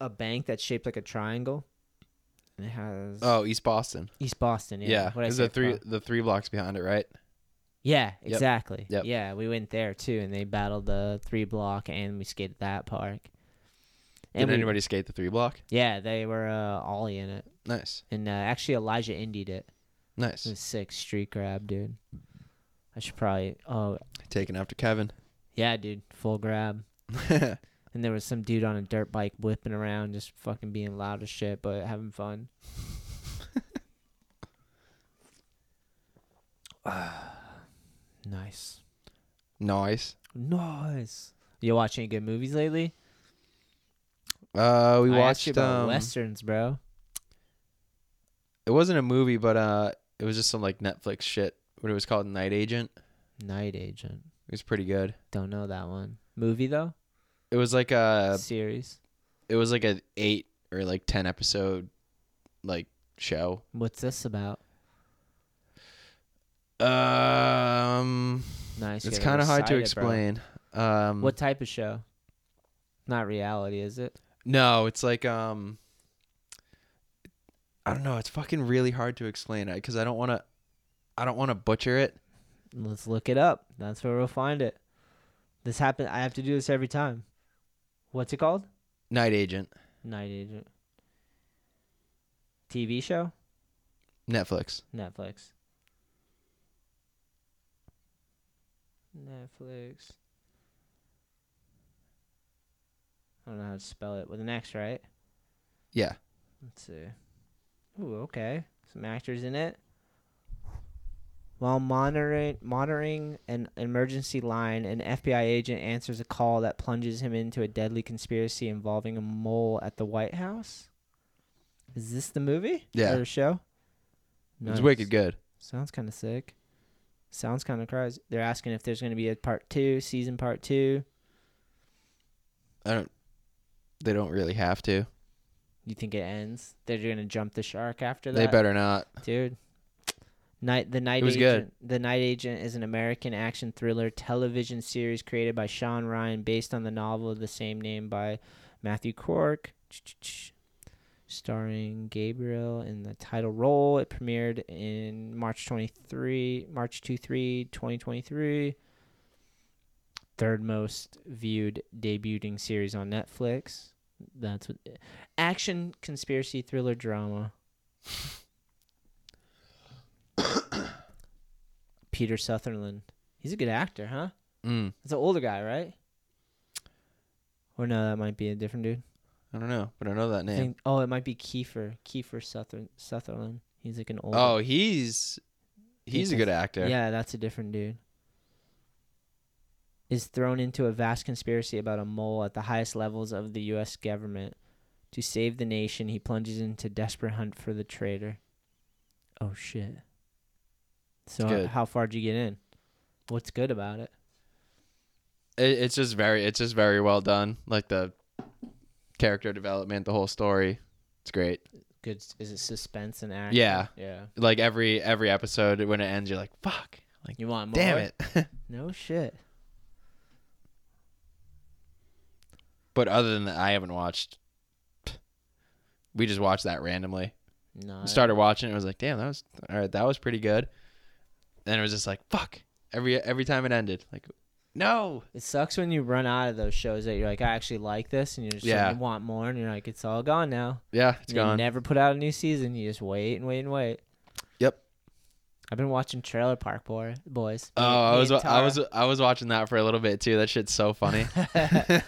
Speaker 2: a bank that's shaped like a triangle, and it has
Speaker 3: Oh, East Boston.
Speaker 2: East Boston. Yeah,
Speaker 3: Yeah,
Speaker 2: What'd I
Speaker 3: is
Speaker 2: say,
Speaker 3: the three
Speaker 2: Prov?
Speaker 3: the three blocks behind it, right?
Speaker 2: Yeah, exactly.
Speaker 3: Yep.
Speaker 2: Yeah, we went there too, and they battled the three block, and we skated that park.
Speaker 3: Did
Speaker 2: we-
Speaker 3: anybody skate the three block?
Speaker 2: Yeah, they were uh, ollie in it,
Speaker 3: Nice,
Speaker 2: and uh, actually Elijah indied it. It
Speaker 3: nice.
Speaker 2: was sick street grab, dude. I should probably. Oh
Speaker 3: Taken after Kevin.
Speaker 2: yeah, dude, full grab. And there was some dude on a dirt bike whipping around, just fucking being loud as shit, but having fun. nice,
Speaker 3: nice.
Speaker 2: nice. You watch any good movies lately?
Speaker 3: Uh, we
Speaker 2: I asked you
Speaker 3: watched.
Speaker 2: about
Speaker 3: Um,
Speaker 2: westerns, bro.
Speaker 3: It wasn't a movie, but uh, it was just some like Netflix shit. What it was called, Night Agent.
Speaker 2: Night Agent.
Speaker 3: It was pretty good.
Speaker 2: Don't know that one. Movie though.
Speaker 3: It was like a.
Speaker 2: Series.
Speaker 3: It was like a eight or like ten episode, like show.
Speaker 2: What's this about?
Speaker 3: Um,
Speaker 2: Nice.
Speaker 3: it's
Speaker 2: you're getting
Speaker 3: kind of hard to
Speaker 2: excited, bro.
Speaker 3: explain. Um,
Speaker 2: What type of show? Not reality, is it?
Speaker 3: No, it's like um I don't know, it's fucking really hard to explain it cuz I don't want to I don't want to butcher it.
Speaker 2: Let's look it up. That's where we'll find it. This happened. I have to do this every time. What's it called?
Speaker 3: Night Agent,
Speaker 2: Night Agent. TV show?
Speaker 3: Netflix.
Speaker 2: Netflix. Netflix. I don't know how to spell it with an X, right?
Speaker 3: Yeah.
Speaker 2: Let's see. Ooh, okay. Some actors in it. While monitoring monitoring an emergency line, an FBI agent answers a call that plunges him into a deadly conspiracy involving a mole at the White House. Is this the movie?
Speaker 3: Yeah.
Speaker 2: Or the show?
Speaker 3: It's
Speaker 2: Nice.
Speaker 3: wicked good.
Speaker 2: Sounds kind of sick. Sounds kind of crazy. They're asking if there's going to be a part two, season part two.
Speaker 3: I don't they don't really have to.
Speaker 2: You think it ends? They're going to jump the shark after that?
Speaker 3: They better not.
Speaker 2: dude. Night the night
Speaker 3: was good.
Speaker 2: agent. The night agent is an American action thriller television series created by Sean Ryan, based on the novel of the same name by Matthew Cork. starring Gabriel in the title role. It premiered in March 23, March 2 3, 2023. Third most viewed debuting series on Netflix. That's what action, conspiracy, thriller, drama. Peter Sutherland. He's a good actor, huh?
Speaker 3: Mm,
Speaker 2: It's an older guy, right? Or no, that might be a different dude.
Speaker 3: I don't know, but I know that
Speaker 2: I
Speaker 3: name.
Speaker 2: think, oh, it might be Kiefer. Kiefer Sutherland. Sutherland. He's like an old.
Speaker 3: Oh, he's he's a good actor.
Speaker 2: yeah, that's a different dude. Is thrown into a vast conspiracy about a mole at the highest levels of the U.S. government. To save the nation, he plunges into desperate hunt for the traitor. Oh shit! So
Speaker 3: It's good.
Speaker 2: how far would you get in? What's good about it?
Speaker 3: It, it's just very it's just very well done. Like the character development, the whole story. It's great.
Speaker 2: Good. Is it suspense and action?
Speaker 3: Yeah.
Speaker 2: Yeah.
Speaker 3: Like every every episode when it ends, you're like, fuck. Like
Speaker 2: You want more?
Speaker 3: damn it.
Speaker 2: No shit.
Speaker 3: but other than that, I haven't watched. We just watched that randomly.
Speaker 2: No.
Speaker 3: started watching it. I was like, damn, that was all right. That was pretty good. Then it was just like, fuck. Every every time it ended, like, no.
Speaker 2: It sucks when you run out of those shows that you're like, I actually like this, and you're just
Speaker 3: Yeah.
Speaker 2: like, you want more, and you're like, it's all gone now.
Speaker 3: Yeah, it's
Speaker 2: It's
Speaker 3: gone.
Speaker 2: never put out a new season. You just wait and wait and wait.
Speaker 3: Yep.
Speaker 2: I've been watching Trailer Park Boy Boys.
Speaker 3: oh,
Speaker 2: Me-
Speaker 3: I
Speaker 2: me
Speaker 3: was
Speaker 2: and
Speaker 3: I
Speaker 2: Tara.
Speaker 3: was I was watching that for a little bit too. That shit's so funny.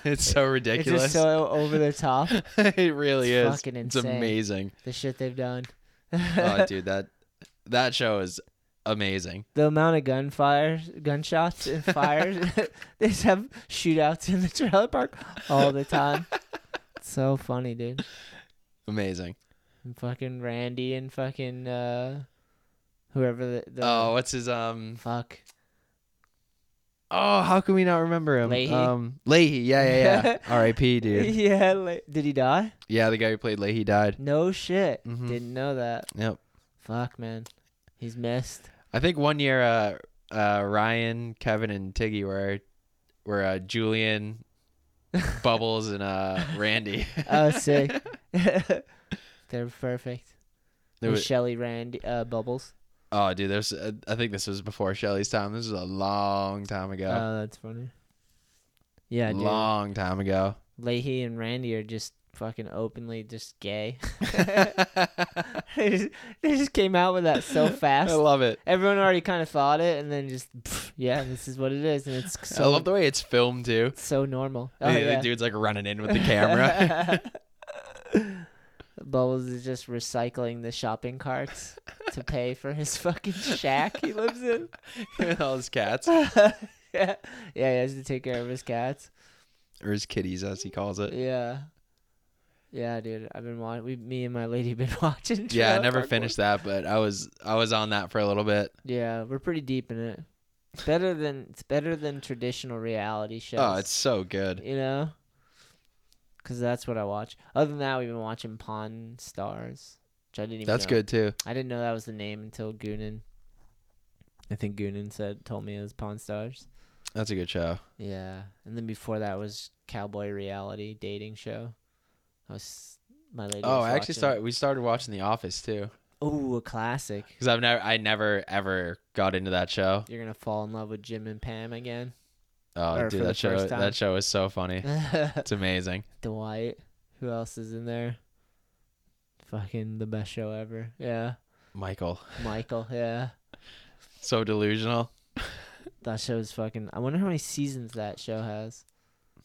Speaker 3: it's so
Speaker 2: It's
Speaker 3: ridiculous.
Speaker 2: just so over the top.
Speaker 3: it really
Speaker 2: It's
Speaker 3: is.
Speaker 2: fucking
Speaker 3: it's
Speaker 2: insane.
Speaker 3: amazing.
Speaker 2: The shit they've done.
Speaker 3: oh, dude, that that show is amazing.
Speaker 2: the amount of gunfire, gunshots and fires. they just have shootouts in the trailer park all the time. so funny, dude.
Speaker 3: Amazing.
Speaker 2: And fucking Randy and fucking uh whoever the, the
Speaker 3: oh, what's his um?
Speaker 2: fuck.
Speaker 3: Oh, how can we not remember him?
Speaker 2: Leahy?
Speaker 3: Um, Leahy. Yeah, yeah, yeah. R.I.P. Dude.
Speaker 2: yeah, like, did he die?
Speaker 3: Yeah, the guy who played Leahy died.
Speaker 2: No shit.
Speaker 3: Mhm.
Speaker 2: Didn't know that.
Speaker 3: Yep.
Speaker 2: Fuck, man. He's missed.
Speaker 3: I think one year, uh, uh, Ryan, Kevin, and Tiggy were, were uh, Julian, Bubbles, and uh, Randy.
Speaker 2: Oh, sick. They're perfect.
Speaker 3: There
Speaker 2: With
Speaker 3: was-
Speaker 2: Shelly Randy uh, Bubbles.
Speaker 3: oh, dude, there's. Uh, I think this was before Shelly's time. This was a long time ago.
Speaker 2: Oh, that's funny. Yeah, dude.
Speaker 3: long time ago.
Speaker 2: Leahy and Randy are just fucking openly just gay.
Speaker 3: I
Speaker 2: they, just, they just came out with that so fast.
Speaker 3: love it.
Speaker 2: Everyone already kind of thought it, and then just pff, yeah, this is what it is, and it's so
Speaker 3: I love the way it's filmed too.
Speaker 2: so normal. Oh,
Speaker 3: the, the
Speaker 2: yeah.
Speaker 3: dude's like running in with the camera.
Speaker 2: Bubbles is just recycling the shopping carts to pay for his fucking shack he lives in.
Speaker 3: with all his cats
Speaker 2: yeah, yeah, he has to take care of his cats.
Speaker 3: or his kitties, as he calls it.
Speaker 2: Yeah, yeah, dude. I've been watching. We, me and my lady, been watching.
Speaker 3: Yeah, I
Speaker 2: Trailer
Speaker 3: never
Speaker 2: Park Boys.
Speaker 3: finished that, but I was I was on that for a little bit.
Speaker 2: Yeah, we're pretty deep in it. It's better than it's better than traditional reality shows.
Speaker 3: Oh, it's so good.
Speaker 2: you know, because that's what I watch. Other than that, we've been watching Pawn Stars, which I didn't even.
Speaker 3: That's
Speaker 2: know.
Speaker 3: good too.
Speaker 2: I didn't know that was the name until Goonan. I think Goonan said told me it was Pawn Stars.
Speaker 3: That's a good show.
Speaker 2: Yeah, and then before that was Cowboy Reality dating show. I was my lady.
Speaker 3: Oh,
Speaker 2: was
Speaker 3: I actually
Speaker 2: watching-
Speaker 3: started. We started watching The Office too,
Speaker 2: Ooh, a classic.
Speaker 3: because I've never, I never ever got into that show.
Speaker 2: You're gonna fall in love with Jim and Pam again.
Speaker 3: Oh,
Speaker 2: Or
Speaker 3: dude,
Speaker 2: for the
Speaker 3: that show,
Speaker 2: first time.
Speaker 3: that show is so funny. It's amazing.
Speaker 2: Dwight. Who else is in there? Fucking the best show ever. Yeah.
Speaker 3: Michael,
Speaker 2: Michael, yeah.
Speaker 3: so delusional.
Speaker 2: That show is fucking. I wonder how many seasons that show has.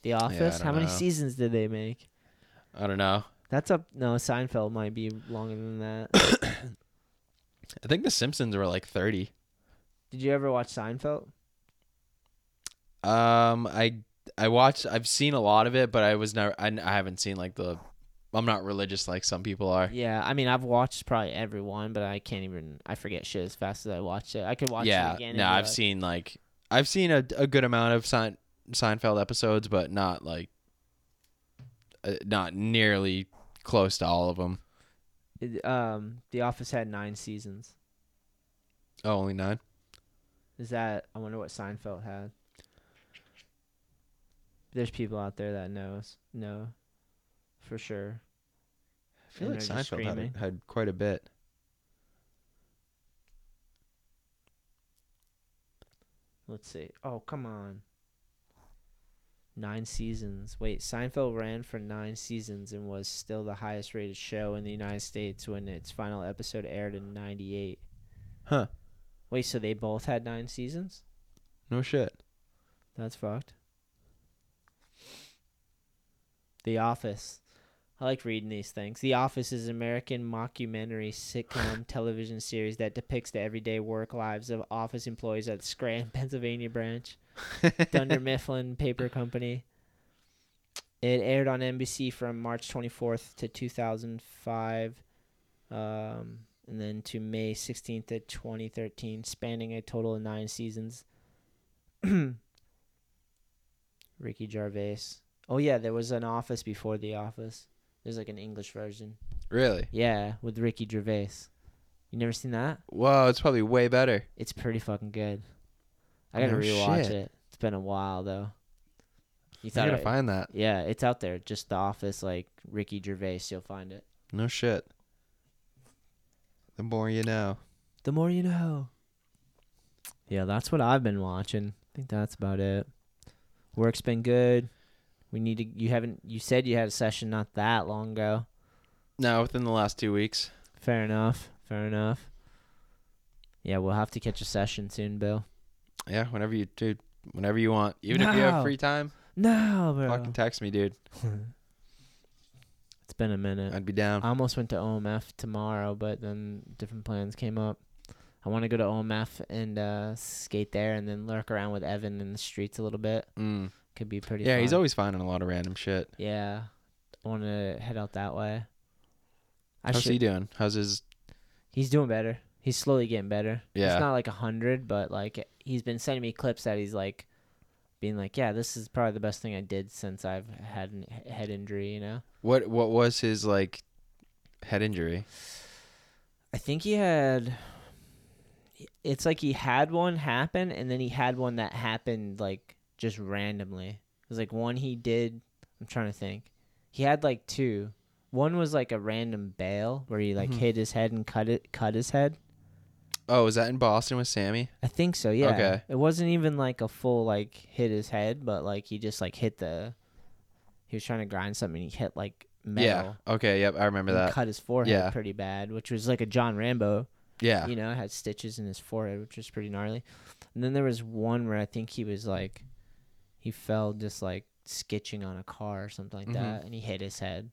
Speaker 2: The Office.
Speaker 3: don't
Speaker 2: how many
Speaker 3: know.
Speaker 2: seasons did they make?
Speaker 3: I don't know.
Speaker 2: That's up. No, Seinfeld might be longer than that.
Speaker 3: I think The Simpsons were like thirty.
Speaker 2: did you ever watch Seinfeld?
Speaker 3: Um, I, I watched. I've seen a lot of it, but I was never. I, I haven't seen like the. I'm not religious like some people are.
Speaker 2: Yeah, I mean, I've watched probably every one, but I can't even. I forget shit as fast as I watch it. I could watch
Speaker 3: yeah,
Speaker 2: it again. and
Speaker 3: no,
Speaker 2: be
Speaker 3: I've
Speaker 2: like-
Speaker 3: seen like I've seen a, a good amount of Sein, Seinfeld episodes, but not like uh, not nearly close to all of them.
Speaker 2: It, um, The Office had nine seasons.
Speaker 3: Oh, only nine.
Speaker 2: Is that I wonder what Seinfeld had. There's people out there that knows know for sure.
Speaker 3: I feel
Speaker 2: and
Speaker 3: like
Speaker 2: they're just
Speaker 3: Seinfeld had,
Speaker 2: screaming.
Speaker 3: had quite a bit.
Speaker 2: Let's see. Oh, come on. Nine seasons. Wait, Seinfeld ran for nine seasons and was still the highest rated show in the United States when its final episode aired in 98.
Speaker 3: Huh.
Speaker 2: Wait, so they both had nine seasons?
Speaker 3: No shit.
Speaker 2: That's fucked. The Office. I like reading these things. The Office is an American mockumentary sitcom television series that depicts the everyday work lives of office employees at the Scranton, Pennsylvania branch, Dunder Mifflin Paper Company. It aired on NBC from March 24th to 2005, um, and then to May 16th of 2013, spanning a total of nine seasons. Ricky Gervais. Oh yeah, there was an Office before The Office. There's like an English version.
Speaker 3: Really?
Speaker 2: Yeah, with Ricky Gervais. You never seen that?
Speaker 3: Whoa, it's probably way better.
Speaker 2: It's pretty fucking good. I gotta
Speaker 3: No
Speaker 2: rewatch
Speaker 3: shit.
Speaker 2: it. It's been a while though. You
Speaker 3: I
Speaker 2: thought?
Speaker 3: gotta
Speaker 2: it-
Speaker 3: find that.
Speaker 2: yeah, it's out there. Just The Office, like Ricky Gervais. You'll find it.
Speaker 3: No shit. The more you know.
Speaker 2: The more you know. Yeah, that's what I've been watching. I think that's about it. Work's been good. We need to. You haven't. You said you had a session not that long ago.
Speaker 3: No, within the last two weeks.
Speaker 2: Fair enough. Fair enough. Yeah, we'll have to catch a session soon, Bill.
Speaker 3: Yeah, whenever you dude, whenever you want. Even if you have
Speaker 2: No.
Speaker 3: free time,
Speaker 2: No, bro.
Speaker 3: fucking text me, dude.
Speaker 2: it's been a minute.
Speaker 3: I'd be down.
Speaker 2: I almost went to OMF tomorrow, but then different plans came up. I want to go to OMF and uh, skate there, and then lurk around with Evan in the streets a little bit.
Speaker 3: Mm.
Speaker 2: Could be pretty.
Speaker 3: Yeah, he's
Speaker 2: fun.
Speaker 3: always finding a lot of random shit.
Speaker 2: Yeah, I want to head out that way. I
Speaker 3: How's
Speaker 2: should.
Speaker 3: he doing? How's his?
Speaker 2: He's doing better. He's slowly getting better.
Speaker 3: Yeah.
Speaker 2: It's not like a hundred, but like he's been sending me clips that he's like being like, Yeah, this is probably the best thing I did since I've had an he- head injury, you know?
Speaker 3: What What was his like head injury?
Speaker 2: I think he had it's like he had one happen and then he had one that happened like just randomly. It was like one he did I'm trying to think. He had like two. One was like a random bail where he like
Speaker 3: Mhm.
Speaker 2: hit his head and cut it cut his head.
Speaker 3: Oh, was that in Boston with Sammy?
Speaker 2: I think so. Yeah.
Speaker 3: Okay.
Speaker 2: It wasn't even like a full like hit his head, but like he just like hit the. He was trying to grind something. and He hit like metal.
Speaker 3: Yeah. Okay. Yep. I remember
Speaker 2: and
Speaker 3: that.
Speaker 2: Cut his forehead
Speaker 3: Yeah.
Speaker 2: pretty bad, which was like a John Rambo.
Speaker 3: Yeah.
Speaker 2: You know, had stitches in his forehead, which was pretty gnarly. And then there was one where I think he was like, he fell just like skitching on a car or something like
Speaker 3: Mhm.
Speaker 2: that, and he hit his head.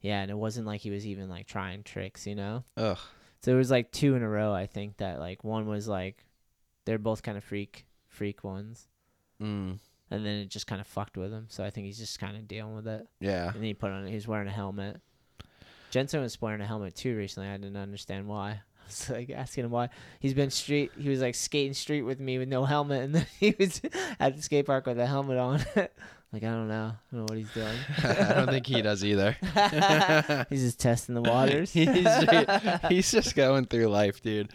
Speaker 2: Yeah, and it wasn't like he was even like trying tricks, you know.
Speaker 3: Ugh.
Speaker 2: So it was like two in a row. I think that like one was like, they're both kind of freak freak ones,
Speaker 3: Mm.
Speaker 2: and then it just kind of fucked with him. So I think he's just kind of dealing with it.
Speaker 3: Yeah.
Speaker 2: And then he put on he was wearing a helmet. Jensen was wearing a helmet too recently. I didn't understand why. I was like asking him why he's been street. He was like skating street with me with no helmet, and then he was at the skate park with a helmet on. like I don't know, I don't know what he's doing.
Speaker 3: I don't think he does either.
Speaker 2: he's just testing the waters.
Speaker 3: he's, ju- he's just going through life, dude.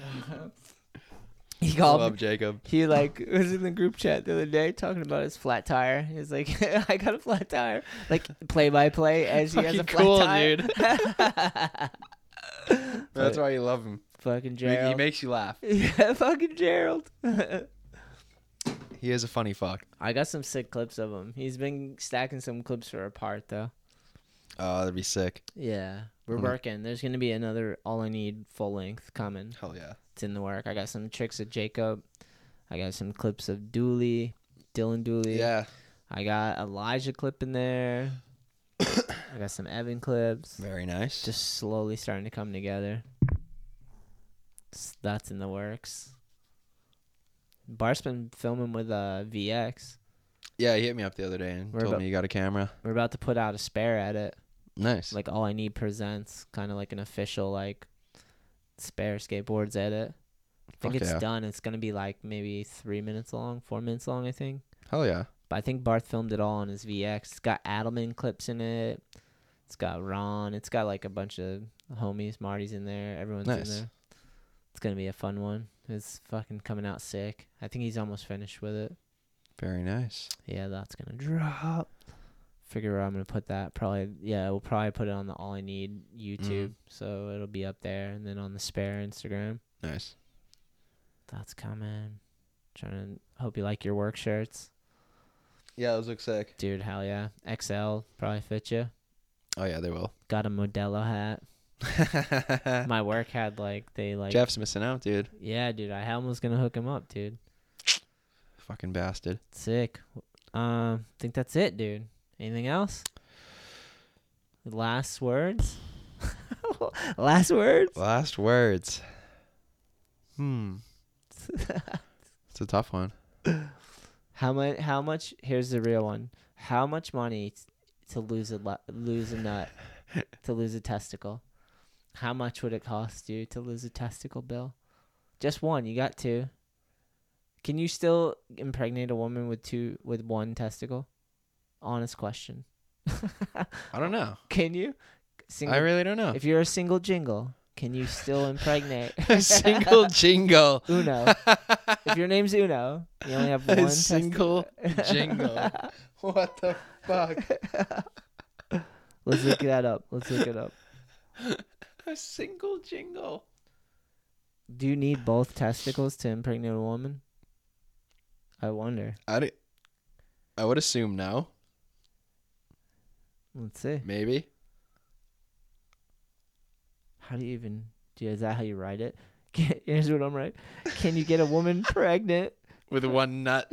Speaker 2: he
Speaker 3: I
Speaker 2: called me
Speaker 3: love Jacob.
Speaker 2: he like was in the group chat the other day talking about his flat tire. He was like, "I got a flat tire," like play by play as he has a
Speaker 3: Fucking
Speaker 2: flat
Speaker 3: cool,
Speaker 2: tire.
Speaker 3: dude.
Speaker 2: That's
Speaker 3: That's
Speaker 2: why
Speaker 3: why you love him.
Speaker 2: fucking
Speaker 3: He, he
Speaker 2: Gerald.
Speaker 3: makes you laugh.
Speaker 2: yeah, fucking Gerald.
Speaker 3: He is a funny fuck.
Speaker 2: I got some sick clips of him. He's been stacking some clips for a part though.
Speaker 3: Oh, that'd be sick.
Speaker 2: Yeah, we're
Speaker 3: Mhm.
Speaker 2: working. There's gonna be another all I need full length coming.
Speaker 3: Hell yeah.
Speaker 2: It's in the work. I got some tricks of Jacob. I got some clips of Dooley, Dylan Dooley.
Speaker 3: Yeah.
Speaker 2: I got Elijah clip in there. I got some Evan clips.
Speaker 3: Very nice.
Speaker 2: Just slowly starting to come together. S- That's in the works. Bart's been filming with uh, VX.
Speaker 3: yeah, he hit me up the other day and
Speaker 2: We're
Speaker 3: told
Speaker 2: about-
Speaker 3: me you got a camera.
Speaker 2: We're about to put out a spare edit,
Speaker 3: Nice.
Speaker 2: like all I need presents, kind of like an official like spare skateboards edit. I think
Speaker 3: Fuck
Speaker 2: it's
Speaker 3: yeah.
Speaker 2: done. It's gonna be like maybe three minutes long, four minutes long, I think.
Speaker 3: Hell yeah.
Speaker 2: But I think Barth filmed it all on his VX. It's got Adelman clips in it. It's got Ron. It's got like a bunch of homies. Marty's in there. Everyone's
Speaker 3: Nice.
Speaker 2: in there. It's gonna be a fun one. It's fucking coming out sick. I think he's almost finished with it.
Speaker 3: Very nice.
Speaker 2: Yeah, that's gonna drop. figure where I'm gonna put that. Probably yeah, we'll probably put it on the all I need YouTube, so it'll be up there, and then on the spare Instagram.
Speaker 3: Nice.
Speaker 2: That's coming. Trying to hope you like your work shirts,
Speaker 3: Yeah, those look sick.
Speaker 2: dude. Hell yeah, XL probably fit you.
Speaker 3: Oh yeah, they will.
Speaker 2: Got a Modelo hat. My work had like they like
Speaker 3: Jeff's missing out, dude.
Speaker 2: yeah, dude. I almost gonna hook him up, dude.
Speaker 3: Fucking bastard.
Speaker 2: Sick. Um, think that's it, dude. Anything else? Last words. Last words.
Speaker 3: Last words. Hmm. It's a tough one.
Speaker 2: How much? How much? Here's the real one. How much money t- to lose a lo- lose a nut, to lose a testicle? How much would it cost you to lose a testicle, Bill? Just one. You got two. Can you still impregnate a woman with two with one testicle? Honest question.
Speaker 3: I don't know.
Speaker 2: Can you? Single,
Speaker 3: I really don't know.
Speaker 2: if you're a single jingle, can you still impregnate
Speaker 3: a single jingle.
Speaker 2: Uno? if your name's Uno, you only have one.
Speaker 3: A
Speaker 2: testicle.
Speaker 3: single jingle. What the fuck?
Speaker 2: Let's look that up. Let's look it up.
Speaker 3: A single jingle.
Speaker 2: Do you need both testicles to impregnate a woman? I wonder.
Speaker 3: I d- I would assume no.
Speaker 2: Let's see.
Speaker 3: Maybe.
Speaker 2: How do you even do? Is that how you write it? Can, here's what I'm right. Can you get a woman pregnant
Speaker 3: With one nut.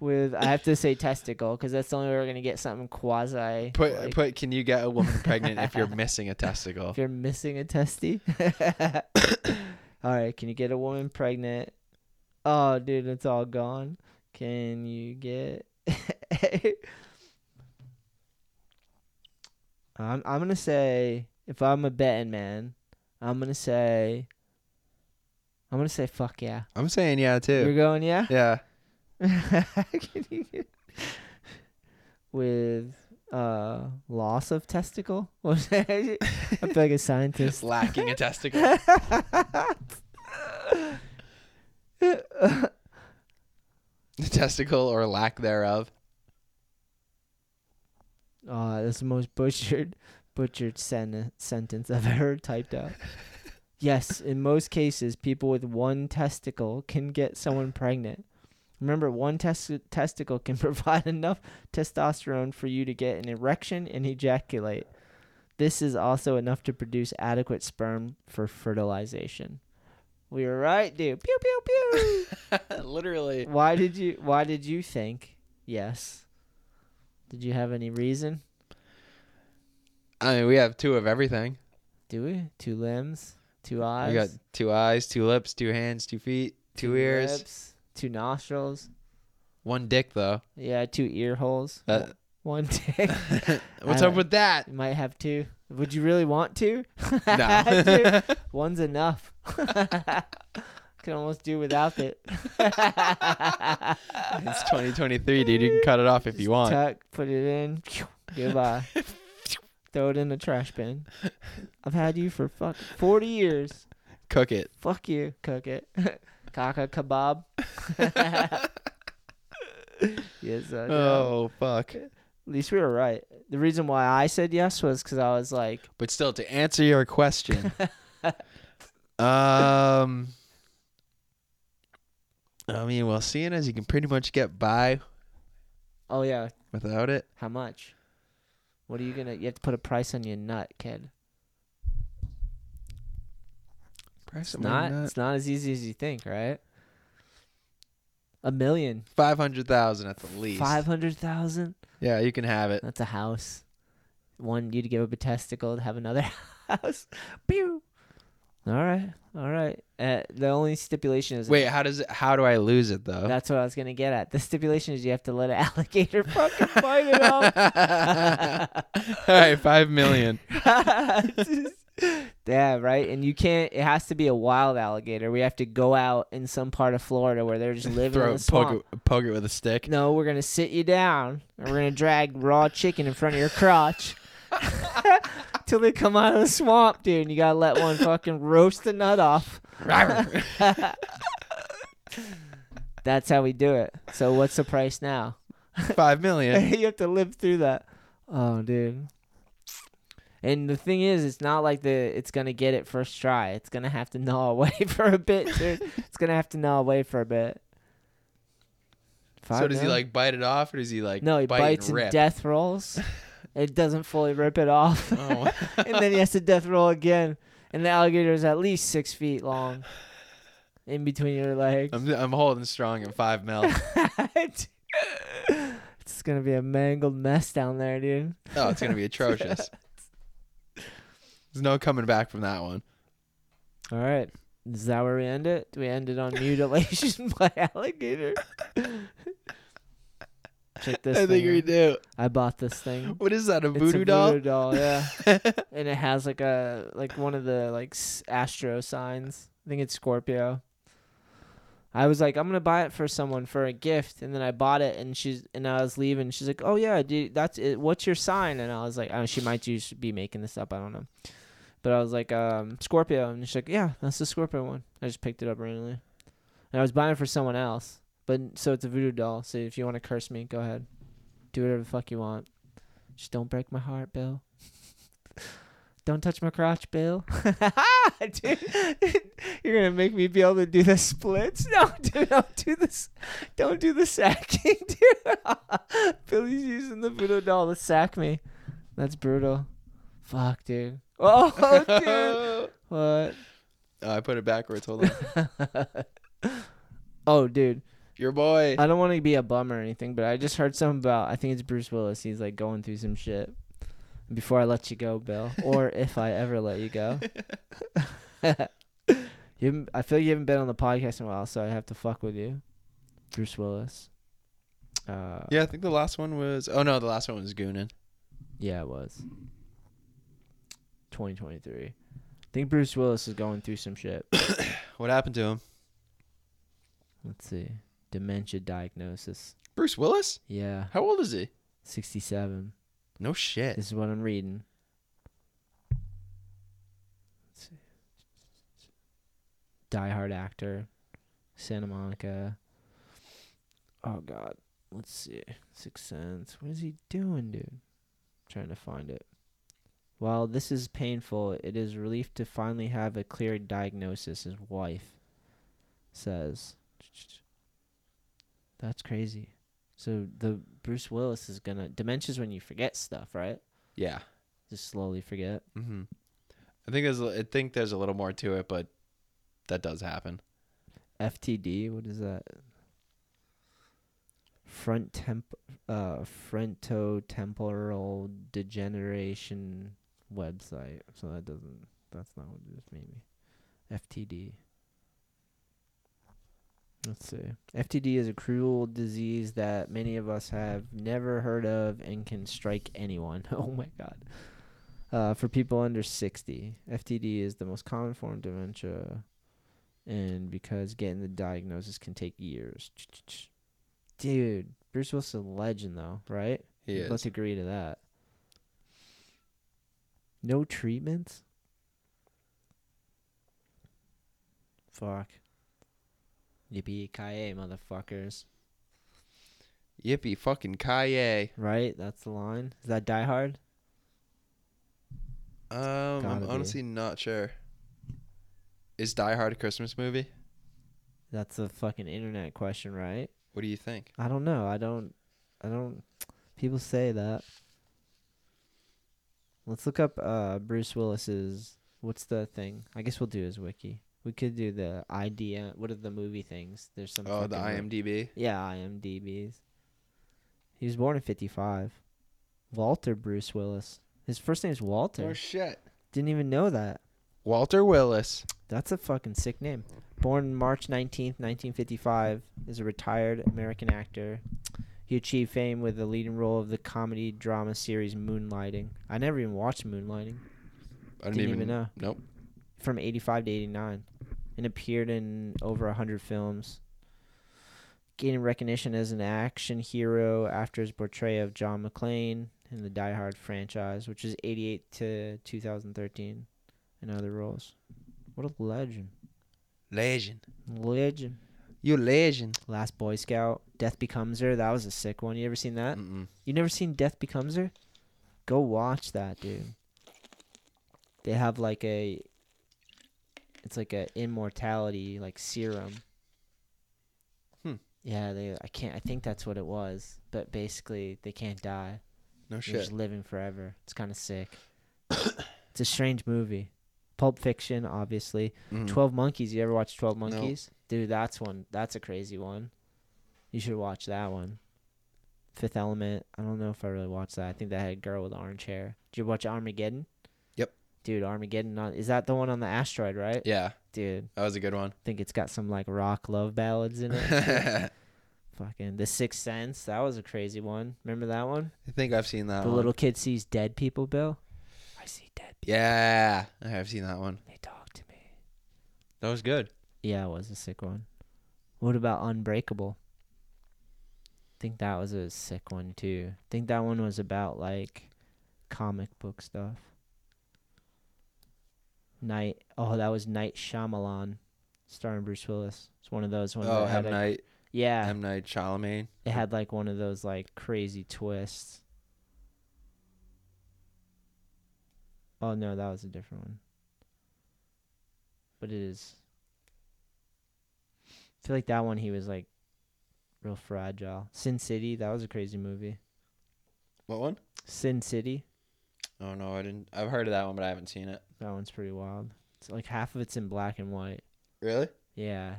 Speaker 2: with? I have to say testicle because that's the only way we're gonna get something quasi.
Speaker 3: Put
Speaker 2: like,
Speaker 3: put can you get a woman pregnant if you're missing a testicle?
Speaker 2: If you're missing a testy. all right. Can you get a woman pregnant? Oh, dude, it's all gone. Can you get? I'm I'm gonna say if I'm a betting man, I'm gonna say. I'm gonna say fuck yeah.
Speaker 3: I'm saying yeah
Speaker 2: You're
Speaker 3: too.
Speaker 2: going yeah.
Speaker 3: Yeah.
Speaker 2: Can you get- With uh loss of testicle? What was that? I feel like a scientist.
Speaker 3: lacking a testicle. The testicle or lack thereof.
Speaker 2: Oh, that's the most butchered, butchered sen- sentence I've ever typed out. yes, in most cases, people with one testicle can get someone pregnant. Remember, one tes- testicle can provide enough testosterone for you to get an erection and ejaculate. This is also enough to produce adequate sperm for fertilization. We were right, dude. Pew pew pew.
Speaker 3: Literally.
Speaker 2: why did you? Why did you think yes? Did you have any reason?
Speaker 3: I mean, we have two of everything.
Speaker 2: Do we? Two limbs, two eyes,
Speaker 3: We got two eyes, two lips, two hands, two feet, two, ears,
Speaker 2: lips, two nostrils.
Speaker 3: one dick though.
Speaker 2: Yeah, two ear holes.
Speaker 3: Uh,
Speaker 2: One dick.
Speaker 3: What's
Speaker 2: I-
Speaker 3: up with that?
Speaker 2: you might have two. Would you really want two? Dude,
Speaker 3: No.
Speaker 2: one's enough. Can almost do without it.
Speaker 3: it's 2023, dude. You can cut it off if you want.
Speaker 2: Tuck, put it in. Goodbye. Throw it in the trash bin. I've had you for fuck forty years.
Speaker 3: Cook it.
Speaker 2: Fuck you. Cook it. Kaka kebab. yes, I know.
Speaker 3: Oh fuck.
Speaker 2: At least we were right. The reason why I said yes was because I was like,
Speaker 3: But still, to answer your question, um, I mean, well, seeing as you can pretty much get by
Speaker 2: oh yeah,
Speaker 3: without it,
Speaker 2: how much? What are you gonna? You have to put a price on your nut, kid.
Speaker 3: price
Speaker 2: It's not. It's not as easy as you think, right? A million,
Speaker 3: five hundred thousand at the least.
Speaker 2: five hundred thousand.
Speaker 3: Yeah, you can have it.
Speaker 2: That's a house. One, you'd give up a testicle to have another house. Pew. All right, all right. Uh, the only stipulation is
Speaker 3: Wait, how does it? How do I lose it though?
Speaker 2: That's what I was gonna get at. The stipulation is you have to let an alligator fucking bite it off.
Speaker 3: All right, five million.
Speaker 2: yeah, right. And you can't. It has to be a wild alligator. We have to go out in some part of Florida where they're just living in
Speaker 3: Throw
Speaker 2: the
Speaker 3: it, poke
Speaker 2: swamp.
Speaker 3: it, poke it with a stick.
Speaker 2: No, we're gonna sit you down and we're gonna drag raw chicken in front of your crotch till they come out of the swamp, dude. And you gotta let one fucking roast the nut off. That's how we do it. So what's the price now?
Speaker 3: Five million.
Speaker 2: you have to live through that. Oh, dude. And the thing is, it's not like the it's gonna get it first try. It's gonna have to gnaw away for a bit, dude. it's gonna have to gnaw away for a bit.
Speaker 3: so does he
Speaker 2: mil?
Speaker 3: like bite it off, or does he like
Speaker 2: No, he
Speaker 3: bite
Speaker 2: bites
Speaker 3: and
Speaker 2: and
Speaker 3: rip?
Speaker 2: death rolls. it doesn't fully rip it off,
Speaker 3: Oh.
Speaker 2: and then he has to death roll again. And the alligator is at least six feet long, in between your legs.
Speaker 3: I'm I'm holding strong at five mil.
Speaker 2: it's gonna be a mangled mess down there, dude.
Speaker 3: Oh, it's gonna be atrocious. There's no coming back from that one.
Speaker 2: All right. Is that where we end it? Do we end it on mutilation by alligator? Check this
Speaker 3: I
Speaker 2: thing.
Speaker 3: think we
Speaker 2: out.
Speaker 3: do.
Speaker 2: I bought this thing.
Speaker 3: What is that? A
Speaker 2: It's
Speaker 3: voodoo
Speaker 2: a
Speaker 3: doll?
Speaker 2: voodoo doll, yeah. and it has like a like one of the like s- astro signs. I think it's Scorpio. I was like, I'm gonna buy it for someone for a gift, and then I bought it, and she's and I was leaving. She's like, Oh yeah, dude, that's it. What's your sign? And I was like, oh, She might just be making this up. I don't know. But I was like, um, Scorpio, and she's like, Yeah, that's the Scorpio one. I just picked it up randomly, and I was buying it for someone else. But so it's a voodoo doll. So if you want to curse me, go ahead, do whatever the fuck you want. Just don't break my heart, Bill. Don't touch my crotch, Bill. dude, you're gonna make me be able to do the splits. No, dude, don't do this. Don't do the sacking, dude. Billy's using the voodoo doll to sack me. That's brutal. Fuck, dude. Oh, dude.
Speaker 3: oh,
Speaker 2: What?
Speaker 3: I put it backwards. Hold on.
Speaker 2: oh, dude.
Speaker 3: Your boy.
Speaker 2: I don't want to be a bum or anything, but I just heard something about. I think it's Bruce Willis. He's like going through some shit. Before I let you go, Bill, or if I ever let you go, you haven't- I feel you haven't been on the podcast in a while, so I have to fuck with you, Bruce Willis. Uh,
Speaker 3: Yeah, I think the last one was. Oh no, the last one was Goonin.
Speaker 2: yeah, it was. 2023. I think Bruce Willis is going through some shit.
Speaker 3: What happened to him?
Speaker 2: Let's see, dementia diagnosis.
Speaker 3: Bruce Willis?
Speaker 2: Yeah,
Speaker 3: How old is he?
Speaker 2: 67.
Speaker 3: No shit.
Speaker 2: This is what I'm reading. Let's see. Die Hard actor, Santa Monica. Oh God, let's see. Sixth Sense. What is he doing, dude? trying to find it. While this is painful, it is relief to finally have a clear diagnosis. His wife says, "That's crazy." So the Bruce Willis is gonna dementia's when you forget stuff, right?
Speaker 3: Yeah.
Speaker 2: Just slowly forget.
Speaker 3: hmm I think there's. I think there's a little more to it, but that does happen.
Speaker 2: FTD. What is that? Front temp, uh, frontotemporal degeneration website. So that doesn't. That's not what it is. Maybe FTD. Let's see. FTD is a cruel disease that many of us have never heard of and can strike anyone. Oh my god. Uh, for people under 60, FTD is the most common form of dementia and because getting the diagnosis can take years. Dude, Bruce Willis is a legend though, right?
Speaker 3: He is.
Speaker 2: Let's agree to that. No treatments? Fuck. Yippee ki motherfuckers.
Speaker 3: Yippee fucking kaye.
Speaker 2: Right? That's the line. Is that Die Hard?
Speaker 3: Um, I'm
Speaker 2: Gotta be.
Speaker 3: honestly not sure. Is Die Hard a Christmas movie?
Speaker 2: That's a fucking internet question, right?
Speaker 3: What do you think?
Speaker 2: I don't know. I don't. I don't. People say that. Let's look up uh, Bruce Willis's. What's the thing? I guess we'll do his wiki. We could do the idea. What are the movie things? There's some.
Speaker 3: Oh, the
Speaker 2: fucking web-
Speaker 3: IMDb.
Speaker 2: Yeah, IMDb's. He was born in '55. Walter Bruce Willis. His first name's Walter.
Speaker 3: Oh, shit.
Speaker 2: Didn't even know that.
Speaker 3: Walter Willis.
Speaker 2: That's a fucking sick name. Born March 19th, 1955, is a retired American actor. He achieved fame with the leading role of the comedy drama series Moonlighting. I never even watched Moonlighting
Speaker 3: I don't
Speaker 2: Didn't even know.
Speaker 3: Nope.
Speaker 2: from 85 to 89 and appeared in over 100 films. Gaining recognition as an action hero after his portrayal of John McClane in the Die Hard franchise, which is 88 to 2013, and other roles. What a legend.
Speaker 3: Legend.
Speaker 2: Legend.
Speaker 3: You legend.
Speaker 2: Last Boy Scout, Death Becomes Her. That was a sick one. You ever seen that?
Speaker 3: Mm-mm.
Speaker 2: You never seen Death Becomes Her? Go watch that, dude. They have like a it's like a immortality like serum.
Speaker 3: Hmm.
Speaker 2: Yeah, they I can't I think that's what it was, but basically they can't die.
Speaker 3: No
Speaker 2: They're just living forever. It's kind of sick. it's a strange movie. Pulp Fiction, obviously.
Speaker 3: Mm.
Speaker 2: Twelve Monkeys. You ever watch Twelve
Speaker 3: No.
Speaker 2: Monkeys? Dude, that's one. That's a crazy one. You should watch that one. Fifth Element. I don't know if I really watched that. I think that had a girl with orange hair. Did you watch Armageddon?
Speaker 3: Yep.
Speaker 2: Dude, Armageddon. On, is that the one on the asteroid? Right.
Speaker 3: Yeah,
Speaker 2: Dude,
Speaker 3: that was a good one.
Speaker 2: I think it's got some like rock love ballads in it. Fucking The Sixth Sense. That was a crazy one. Remember that one?
Speaker 3: I think I've seen that
Speaker 2: the
Speaker 3: one.
Speaker 2: little kid sees dead people. Bill. I see dead. people.
Speaker 3: Yeah, I have seen that one.
Speaker 2: They talk to me.
Speaker 3: That was good.
Speaker 2: Yeah, it was a sick one. What about Unbreakable? think that was a sick one too. think that one was about like comic book stuff. Night. Oh, that was Night Shyamalan, starring Bruce Willis. It's one of those ones.
Speaker 3: oh,
Speaker 2: that had
Speaker 3: M
Speaker 2: a-
Speaker 3: Night,
Speaker 2: Yeah,
Speaker 3: M Night Shyamalan.
Speaker 2: it had like one of those like crazy twists. Oh no, that was a different one. But it is. I feel like that one he was like real fragile. Sin City, that was a crazy movie.
Speaker 3: What one?
Speaker 2: Sin City,
Speaker 3: Oh no, I didn't. I've heard of that one, but I haven't seen it.
Speaker 2: that one's pretty wild. It's like half of it's in black and white.
Speaker 3: Really?
Speaker 2: Yeah,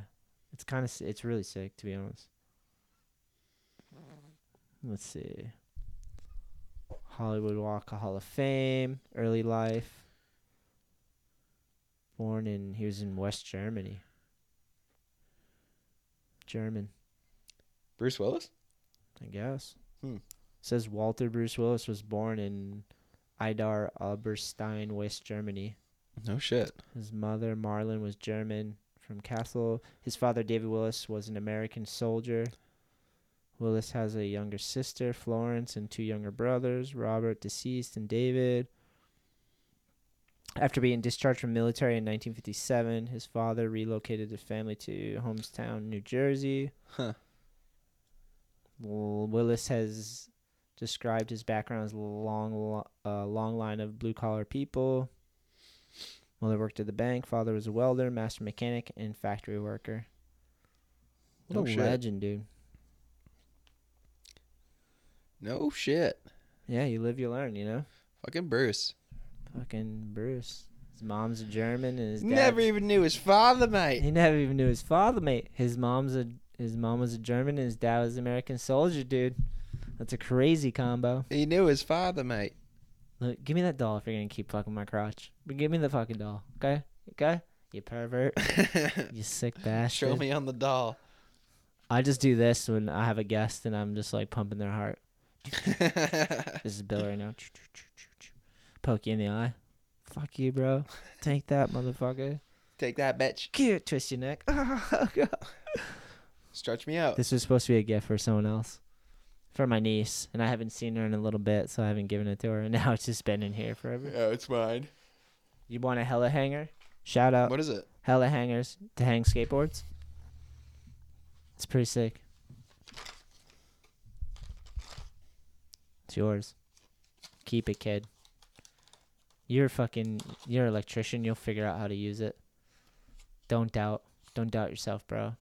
Speaker 2: it's kind of it's really sick to be honest. Let's see. Hollywood Walk of Hall of Fame, early life. Born in he was in West Germany. German,
Speaker 3: Bruce Willis?
Speaker 2: I guess.
Speaker 3: Hmm.
Speaker 2: Says Walter Bruce Willis was born in Idar Oberstein, West Germany.
Speaker 3: No shit.
Speaker 2: His mother, Marlon, was German from Castle. His father, David Willis, was an American soldier. Willis has a younger sister, Florence, and two younger brothers, Robert, deceased, and David. After being discharged from military in 1957, his father relocated his family to Homestown, New Jersey.
Speaker 3: Huh.
Speaker 2: Will- Willis has described his background as a long, lo- uh, long line of blue collar people. Mother worked at the bank. Father was a welder, master mechanic, and factory worker. What
Speaker 3: No
Speaker 2: a
Speaker 3: shit.
Speaker 2: legend, dude.
Speaker 3: No shit.
Speaker 2: Yeah, you live, you learn, you know?
Speaker 3: Fucking Bruce.
Speaker 2: Fucking Bruce. His mom's a German and his dad.
Speaker 3: Never e-, even knew his father, mate.
Speaker 2: He never even knew his father, mate. His mom's a his mom was a German and his dad was an American soldier, dude. That's a crazy combo.
Speaker 3: He knew his father, mate.
Speaker 2: Look, give me that doll if you're gonna keep fucking my crotch. But give me the fucking doll, okay? Okay? You pervert. You sick bastard.
Speaker 3: Show me on the doll.
Speaker 2: I just do this when I have a guest and I'm just like pumping their heart. This is Bill right now. Poke you in the eye. Fuck you, bro. Take that, motherfucker.
Speaker 3: Take that, bitch.
Speaker 2: Cute. Twist your neck.
Speaker 3: Stretch me out.
Speaker 2: this was supposed to be a gift for someone else. For my niece. And I haven't seen her in a little bit, so I haven't given it to her. And now it's just been in here forever.
Speaker 3: Oh, it's mine.
Speaker 2: You want a hella hanger? Shout out.
Speaker 3: What is it?
Speaker 2: Hella hangers to hang skateboards. It's pretty sick. It's yours. Keep it, kid. You're a fucking you're an electrician, you'll figure out how to use it. Don't doubt. Don't doubt yourself, bro.